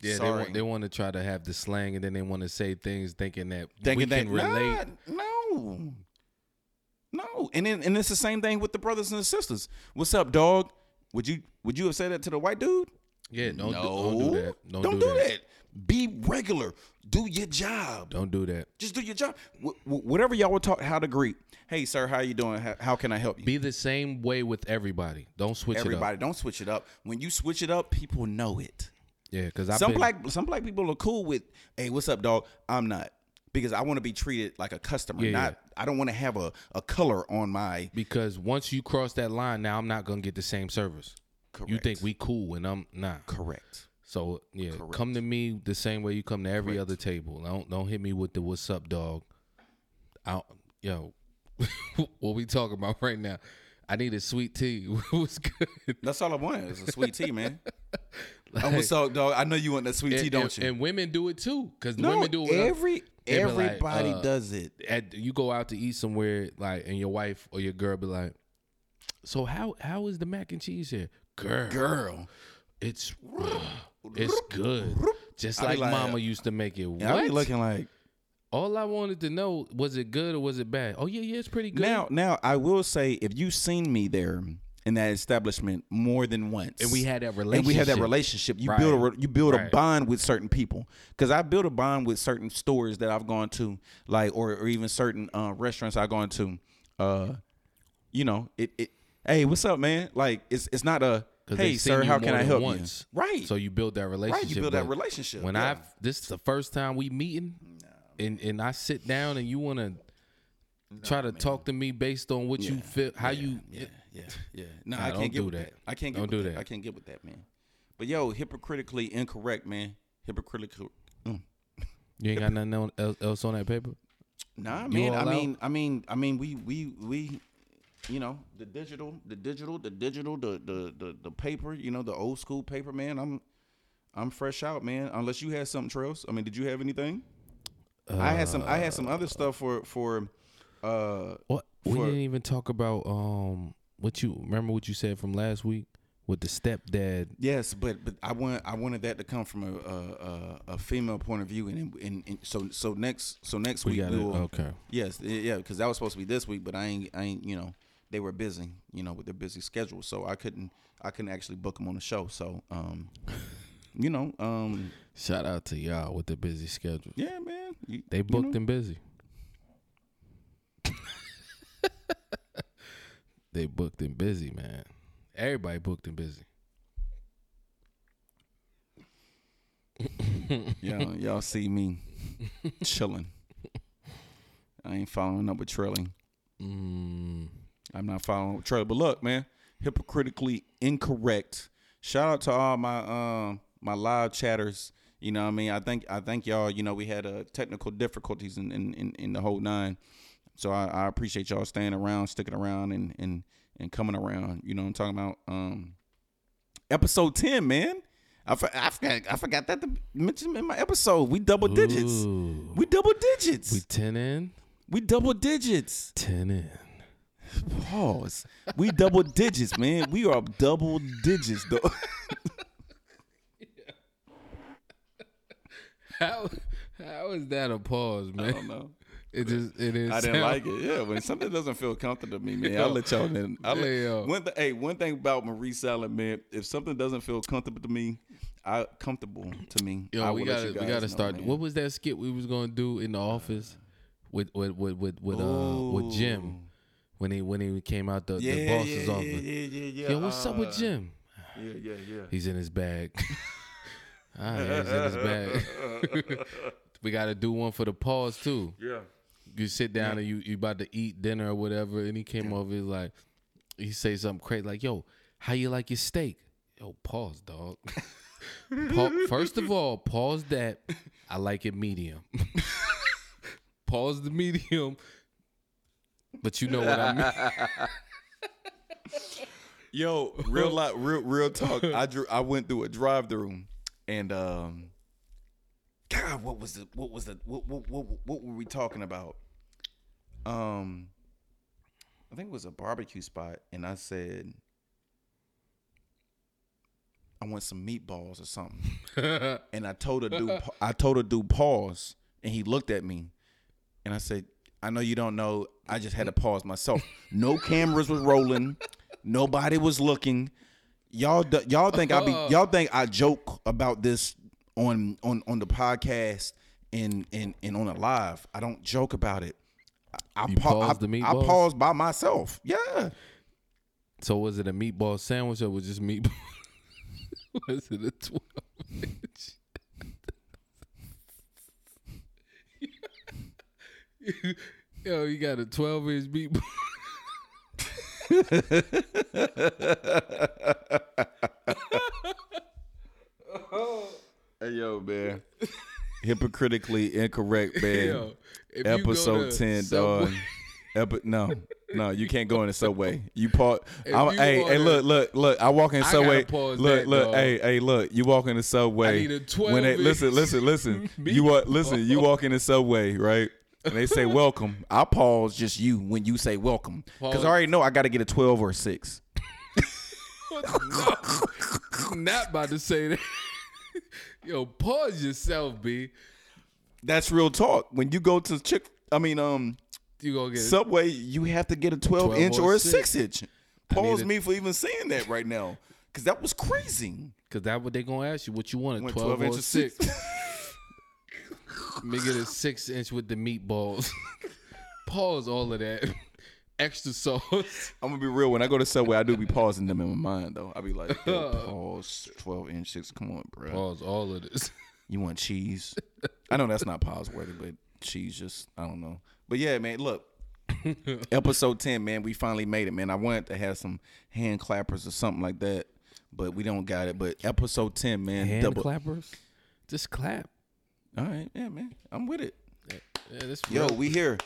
C: Yeah,
B: Sorry.
C: they want they want to try to have the slang, and then they want to say things thinking that
B: Thinking
C: we can
B: that-
C: relate.
B: Nah, no. No. And then and it's the same thing with the brothers and the sisters. What's up, dog? Would you would you have said that to the white dude?
C: Yeah, don't,
B: no.
C: do, don't do that. Don't, do
B: do
C: that.
B: that. Be regular. Do your job.
C: Don't do that.
B: Just do your job. Wh- wh- whatever y'all were taught how to greet. Hey, sir, how you doing? How, how can I help you?
C: Be the same way with everybody. Don't switch it up.
B: Everybody, don't switch it up. When you switch it up, people know it.
C: Yeah, because I've
B: some
C: been,
B: black some black people are cool with, hey, what's up, dog? I'm not. Because I want to be treated like a customer,
C: Yeah,
B: not I don't want to have a, a color on my
C: because once you cross that line, now I'm not gonna get the same service. You
B: Correct.
C: think we cool and I'm not.
B: correct.
C: So yeah, come to me the same way you come to every other table. Don't don't hit me with the what's up, dog. I yo, [LAUGHS] what we talking about right now? I need a sweet tea. [LAUGHS] What's good?
B: That's all I
C: [LAUGHS]
B: wanted. Is a sweet tea, man. oh, what's up, dog? I know you want that sweet tea,
C: and,
B: don't
C: and-
B: you?
C: and women do it too, because
B: no,
C: women do it. with other-
B: every
C: they be like,
B: everybody
C: uh,
B: does it.
C: at you go out to eat somewhere like and your wife or your girl be like so how how is the mac and cheese here girl,
B: Girl.
C: it's it's good just
B: I be
C: like,
B: like,
C: mama used to make it
B: And I be
C: What?
B: looking like
C: all i wanted to know was it good or was it bad oh yeah yeah it's pretty good
B: now now I will say if you've seen me there in that establishment more than once.
C: and we had that relationship
B: and we have that relationship. You
C: Right.
B: build a re- you build a
C: Right.
B: bond with certain people because I built a bond with certain stores that I've gone to, like or, or even certain uh, restaurants I've gone to. Uh, you know, it, it. Hey, what's up, man? Like it's it's not a
C: 'Cause
B: hey
C: they've seen
B: sir,
C: you
B: how can
C: more
B: I
C: than
B: help
C: once.
B: you? Right.
C: so you build that relationship
B: build that
C: but
B: relationship,
C: when
B: yeah.
C: i this is the first time we meeting and and i sit down and you want to try to talk to me based on what you feel how you
B: yeah, yeah, yeah. No,
C: Nah,
B: I can't
C: don't
B: get
C: do
B: with
C: that.
B: that. I can't get
C: Don't
B: with
C: do
B: that.
C: that.
B: I can't get with that, man. But yo, hypocritically incorrect, man. Hypocritical. Mm.
C: You ain't got nothing on- else- else on that paper.
B: Nah,
C: You
B: man. I
C: all out?
B: mean, I mean, I mean, we, we, we, you know, the digital, the digital, the digital, the, the, the, the paper. You know, the old school paper, man. I'm, I'm fresh out, man. Unless you had something, Trails. I mean, did you have anything? I had some. I had some other stuff for for. uh
C: What we
B: For-
C: didn't even talk about. Um, what you remember? What you said from last week with the stepdad?
B: Yes, but but I want I wanted that to come from a a, a, a female point of view, and, and and so so next so next
C: We
B: week
C: got
B: we
C: it. Oh,
B: will
C: Okay.
B: Yes, y- yeah, because that was supposed to be this week, but I ain't, I ain't, you know, they were busy, you know, with their busy schedule, so I couldn't, I couldn't actually book them on the show. So, um, you know, um,
C: Shout out to y'all with the busy schedule.
B: yeah, man, you,
C: They booked and busy. they booked and busy, man. Everybody booked and busy.
B: y'all, y'all see me chilling. I ain't following up with trailing.
C: Mm,
B: I'm not following up with trailing. But look, man, hypocritically incorrect. Shout out to all my um my live chatters You know what I mean? I think I think y'all, you know, we had uh, technical difficulties in, in, in, in the whole nine. So I, I appreciate y'all staying around, sticking around and and and coming around. You know what I'm talking about? Um episode 10, man. I, for, I forgot I forgot that to mention in my episode. We double digits.
C: Ooh.
B: We double digits.
C: We ten in,
B: we double digits.
C: ten in.
B: Pause. We double digits, man. We are double digits, though.
C: How how is that a pause, man?
B: know.
C: It just it is.
B: I didn't
C: sound-
B: like it. Yeah, when something doesn't feel comfortable to me, man, I'll
C: Yo.
B: let y'all in. I'll let-
C: Yeah, yo.
B: one th- hey, one thing about Marie Salad, man, if something doesn't feel comfortable to me, I comfortable to me.
C: Yo,
B: I
C: we
B: will let
C: gotta
B: you
C: we
B: guys
C: gotta
B: know,
C: start.
B: man.
C: What was that skit we was gonna do in the office with with with with with, uh, with Jim when he when he came out the, the
B: Yeah,
C: boss's
B: yeah, yeah,
C: office?
B: yeah, yeah, yeah.
C: Yo, what's up with
B: uh,
C: Jim?
B: Yeah, yeah, yeah.
C: He's in his
B: [LAUGHS]
C: bag. Ah, yeah, he's in his bag.
B: [LAUGHS]
C: we gotta do one for the pause too.
D: Yeah.
C: You sit down and you you about to eat dinner or whatever, and he came over. He's like, he say something crazy like, "Yo, how you like your steak?" Yo, pause, dog.
B: [LAUGHS]
C: Pa- First of all, pause that. I like it
B: [LAUGHS]
C: medium. pause the medium. But you know what I
B: [LAUGHS]
C: mean.
B: Yo, real life, real real talk. I drew. I went through a drive through, and um, God, what was the what was the what what what, what were we talking about? Um, I think it was a barbecue spot, and I said, I want some meatballs
C: [LAUGHS]
B: or something. and I told her do I told her do pause, and he looked at me, and I said, I know you don't know. I just had to pause myself. No cameras was rolling. Nobody was looking. Y'all, d- y'all
C: [LAUGHS]
B: think I be y'all think I joke about this on on on the podcast and and and on a live. I don't joke about it. I, I,
C: You
B: pa-
C: paused
B: I,
C: the
B: I
C: meatballs?
B: paused by myself. Yeah.
C: So was it a meatball sandwich or was it just meatball? [LAUGHS] was it a twelve inch? [LAUGHS] Yo, you got a twelve inch meatball. [LAUGHS]
B: Hey yo,
C: [LAUGHS]
B: man. Hypocritically incorrect, man.
C: Yo, if you go
B: episode
C: to
B: 10
C: Subway- [LAUGHS]
B: dog Epi- no no you can't go in the subway
C: [LAUGHS]
B: you part I'm,
C: you
B: hey
C: order-
B: hey look look look i walk in the
C: I gotta
B: subway
C: pause
B: look
C: that,
B: look
C: dog.
B: hey hey look you walk in the subway
C: need a 12
B: when they listen
C: inch
B: listen
C: [LAUGHS]
B: listen you walk listen you walk in the subway right and
C: [LAUGHS]
B: they say welcome i pause just you when you say welcome because
C: Pause.
B: i already know i gotta get a 12 or a 6
C: Not about to say that. [LAUGHS] Yo, pause yourself, B.
B: that's real talk when you go to chick i mean um
C: You gonna get a
B: Subway, you have to get a 12,
C: 12
B: inch
C: or
B: or a 6,
C: six.
B: inch. Pause
C: need a-
B: me for even saying that right now because that was crazy.
C: Cause that what they gonna ask you. What you want? A
B: Went
C: twelve,
B: 12 inch
C: or
B: or
C: six?
B: [LAUGHS]
C: Make it a six inch with the meatballs. [LAUGHS] Pause all of that. [LAUGHS] Extra sauce.
B: I'm going to be real. When I go to Subway, I do be pausing them in my mind, though. I
C: [LAUGHS]
B: be like, yo, pause 12 inch 6. Come on, bro.
C: Pause all of this. [LAUGHS]
B: You want cheese? I know that's not pause worthy, but cheese just I don't know. But yeah,
C: [LAUGHS]
B: man, look. episode 10, man, we finally made it, man. I wanted to have some hand clappers or something like that, but we don't got it. But episode 10, man,
C: Hand
B: double.
C: clappers. Just clap.
B: All right, yeah, man. I'm with it.
C: Yeah, this
B: Yo,
C: real,
B: we here.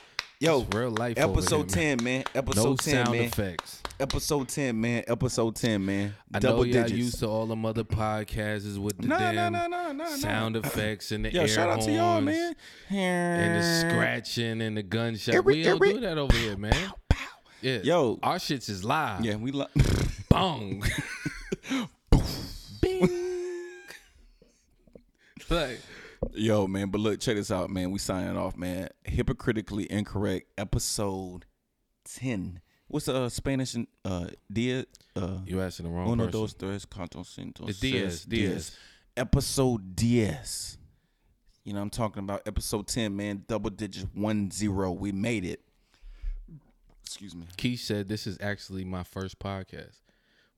B: Yo,
C: It's real life over
B: Episode
C: here,
B: ten, man. Episode
C: no
B: ten,
C: sound
B: man.
C: effects.
B: Episode ten, man. Episode ten, man.
C: I know
B: Double
C: y'all
B: digits.
C: used to all them other podcasts is with the
B: No, no,
C: damn
B: no, no, no, no.
C: sound effects and the
B: Yo,
C: air
B: shout out
C: horns
B: to y'all, man.
C: and the scratching and the gunshot.
B: Every-
C: we don't
B: every-
C: do that over here, man. Yeah,
B: Yo.
C: our shits is live.
B: Yeah, we love.
C: bong. [LAUGHS] like,
B: [LAUGHS] Yo, man, but look, check this out, man. We signing off, man. Hypocritically incorrect, episode ten. What's uh Spanish and uh dia uh
C: you asking the wrong
B: uno
C: person.
B: dos tres cuatro cinco
C: It's Diaz,
B: seis,
C: Diaz.
B: episode Diaz. You know what I'm talking about episode ten, man. Double digits one zero. We made it. Excuse me.
C: Keith said this is actually my first podcast.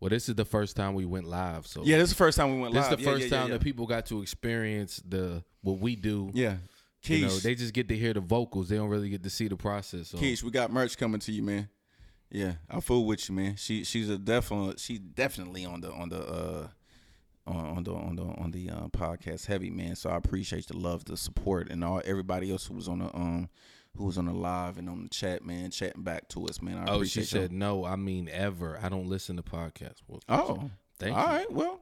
C: Well, this is the first time we went live, so
B: Yeah, this is the first time we went
C: this
B: live.
C: is the
B: Yeah,
C: first
B: yeah, yeah,
C: time
B: yeah.
C: that people got to experience the what we do.
B: Yeah. Keys,
C: You know, they just get to hear the vocals. They don't really get to see the process. So.
B: Keys, we got merch coming to you, man. Yeah, I fool with you, man. She she's a definitely she's definitely on the on the uh on, on the on the on the uh, podcast heavy man. So I appreciate the love, the support, and all everybody else who was on the um who was on the live and on the chat, man, chatting back to us, man. I
C: Oh, she
B: appreciate y'all.
C: said no. I mean, ever. I don't listen to podcasts. Well,
B: Oh,
C: Thank
B: All
C: you.
B: right, well,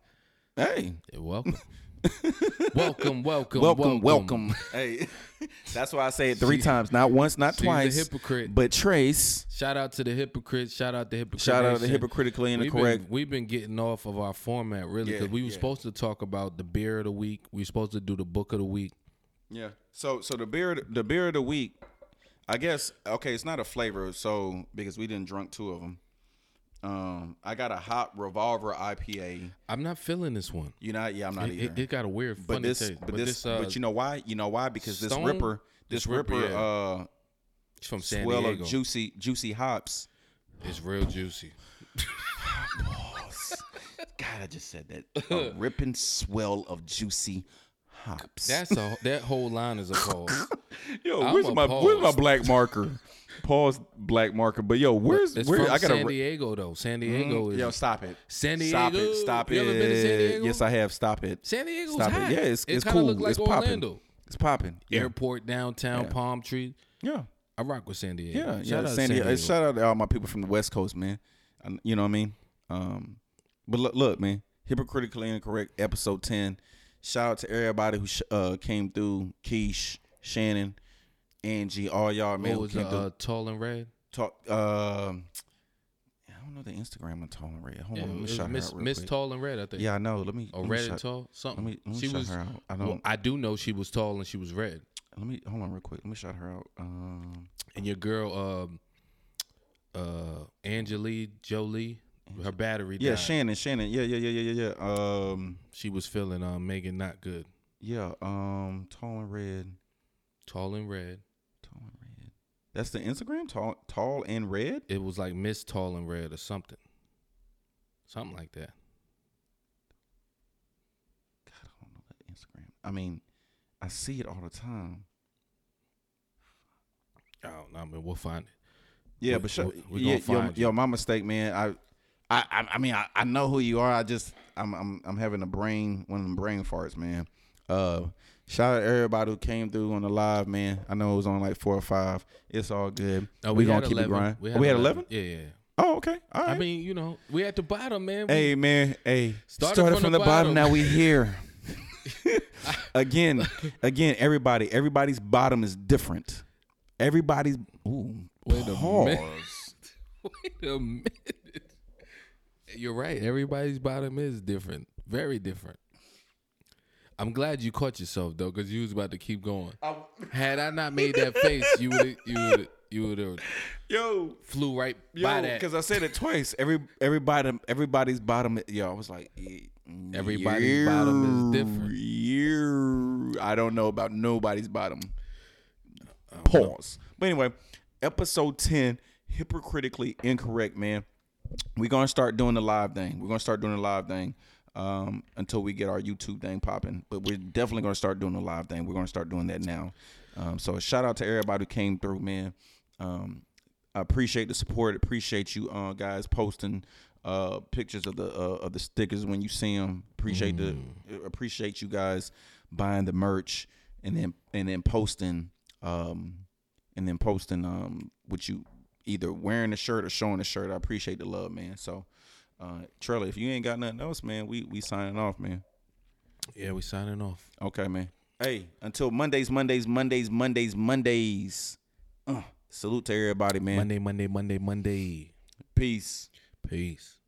B: hey,
C: you're
B: [LAUGHS]
C: welcome. welcome, welcome, welcome,
B: welcome, welcome. [LAUGHS]
C: [LAUGHS]
B: hey, that's why I say it three times, not once, not
C: she's a
B: twice.
C: hypocrite.
B: but Trace.
C: Shout out to the hypocrites. Shout out to hypocrites.
B: Shout out to hypocritically
C: We've
B: incorrect.
C: Been, we've been getting off of our format really
B: Yeah,
C: because we were
B: yeah.
C: supposed to talk about the beer of the week. We were supposed to do the book of the week.
B: Yeah. So so the beer the beer of the week, I guess okay, it's not a flavor. So because we didn't drunk two of them, um, I got a hot revolver IPA.
C: I'm not feeling this one.
B: You know, yeah, I'm not
C: It,
B: either.
C: it, it got a weird,
B: but
C: funny
B: this,
C: taste.
B: but, this, but you know why? You know why? Because this
C: uh, Stone-
B: ripper, this
C: this Ripper,
B: ripper,
C: yeah.
B: uh,
C: it's from San
B: swell
C: Diego.
B: of juicy, juicy hops.
C: It's real juicy.
B: God, I just said that.
C: [LAUGHS]
B: A ripping swell of juicy hops.
C: That's
B: [LAUGHS]
C: a that whole line is a pause.
B: yo,
C: I'm
B: where's my where's my
C: appalled.
B: black marker? Pause black marker. But yo, where's
C: It's
B: where
C: from
B: I got
C: San
B: a
C: Diego though. San Diego is
B: Yo, stop it.
C: San
B: Stop it.
C: Diego.
B: Stop
C: You
B: it.
C: ever been to San Diego?
B: Yes, I have. Stop it.
C: San Diego's
B: Stop
C: hot.
B: it. Yeah, it's,
C: It
B: it's
C: kinda
B: cool.
C: look like
B: it's popping.
C: Orlando.
B: It's popping. Yeah.
C: airport downtown, palm tree.
B: Yeah.
C: I rock with San Diego.
B: Yeah.
C: Shout
B: yeah.
C: out to
B: San Diego. Shout out to all my people from the West Coast, man. I, you know what I mean? Um, but look, look, man. Hypocritically incorrect. Episode ten. Shout out to everybody who sh- uh, came through. Keish, Shannon, Angie, all y'all man
C: What
B: who
C: was
B: came
C: the,
B: through.
C: uh, tall and red?
B: Talk. Um, I don't know the Instagram on Tall and Red. Hold
C: Yeah,
B: on,
C: it
B: let me
C: was
B: shout
C: Miss
B: her out real
C: Miss
B: quick.
C: Tall and Red, I think.
B: Yeah, I know. Let me.
C: Or
B: let me
C: red
B: shout-
C: and tall, something.
B: let me- let me
C: she
B: shout
C: was.
B: her out. I
C: well,
B: don't-
C: I do know she was tall and she was red.
B: Let me hold on real quick. Let me shout her out. Um,
C: And your girl, um, uh, Angelique Jolie, her battery.
B: yeah,
C: died.
B: Shannon, Shannon. Yeah, yeah, yeah, yeah, yeah, yeah. Um,
C: she was feeling um Megan not good.
B: yeah. Um, tall and red.
C: Tall and red.
B: Tall and red. That's the Instagram. Tall, tall and red.
C: It was like Miss Tall and Red or something, something like that.
B: God, I don't know that Instagram. I mean, I see it all the time.
C: I don't know. I mean, we'll find it.
B: Yeah,
C: We-
B: but sh-
C: we- we
B: yeah,
C: gonna
B: yo,
C: find
B: yo, my mistake, man. I, I, I, I mean, I, I know who you are. I just, I'm, I'm, I'm having a brain, one of them brain farts, man. Uh, shout out to everybody who came through on the live, man. I know it was on like four or five. It's all good.
C: No,
B: we,
C: had
B: gonna keep
C: 11.
B: it grinding.
C: We
B: We
C: had,
B: had, 11?
C: Yeah, yeah.
B: Oh, okay. All right.
C: I mean, you know, we at the bottom, man. We-
B: hey, man. Hey,
C: Started
B: started,
C: from
B: from,
C: the
B: the
C: bottom.
B: bottom. Now
C: [LAUGHS]
B: we here. again, again. Everybody, everybody's bottom is different. Everybody's ooh,
C: Wait a minute. [LAUGHS]
B: pause.
C: Wait a minute. You're right. Everybody's bottom is different, very different. I'm glad you caught yourself though, because you was about to keep going. [LAUGHS] Had I not made that face, you would you would you would have
B: Yo,
C: flew right by
B: Yo,
C: that.
B: because I said it twice. Every everybody, everybody's bottom. Yo, I was like, eh,
C: Everybody's bottom is different.
B: year. I don't know about nobody's bottom. Pause. But anyway, episode ten, hypocritically incorrect, man. We're gonna start doing the live thing. We're gonna start doing the live thing um, until we get our YouTube thing popping. But we're definitely gonna start doing the live thing. We're gonna start doing that now. Um, so shout out to everybody who came through, man. Um, I appreciate the support. Appreciate you uh, guys posting uh, pictures of the uh, of the stickers when you see them. Appreciate the appreciate you guys buying the merch and then and then posting um, and then posting um, what you either wearing a shirt or showing a shirt. I appreciate the love, man. So. Uh, Trello, if you ain't got nothing else, man, we we signing off, man.
C: yeah, we signing off.
B: Okay, man. Hey, until Mondays, Mondays, Mondays, Mondays, Mondays. Uh, salute to everybody, man.
C: Monday, Monday, Monday, Monday.
B: Peace.
C: Peace.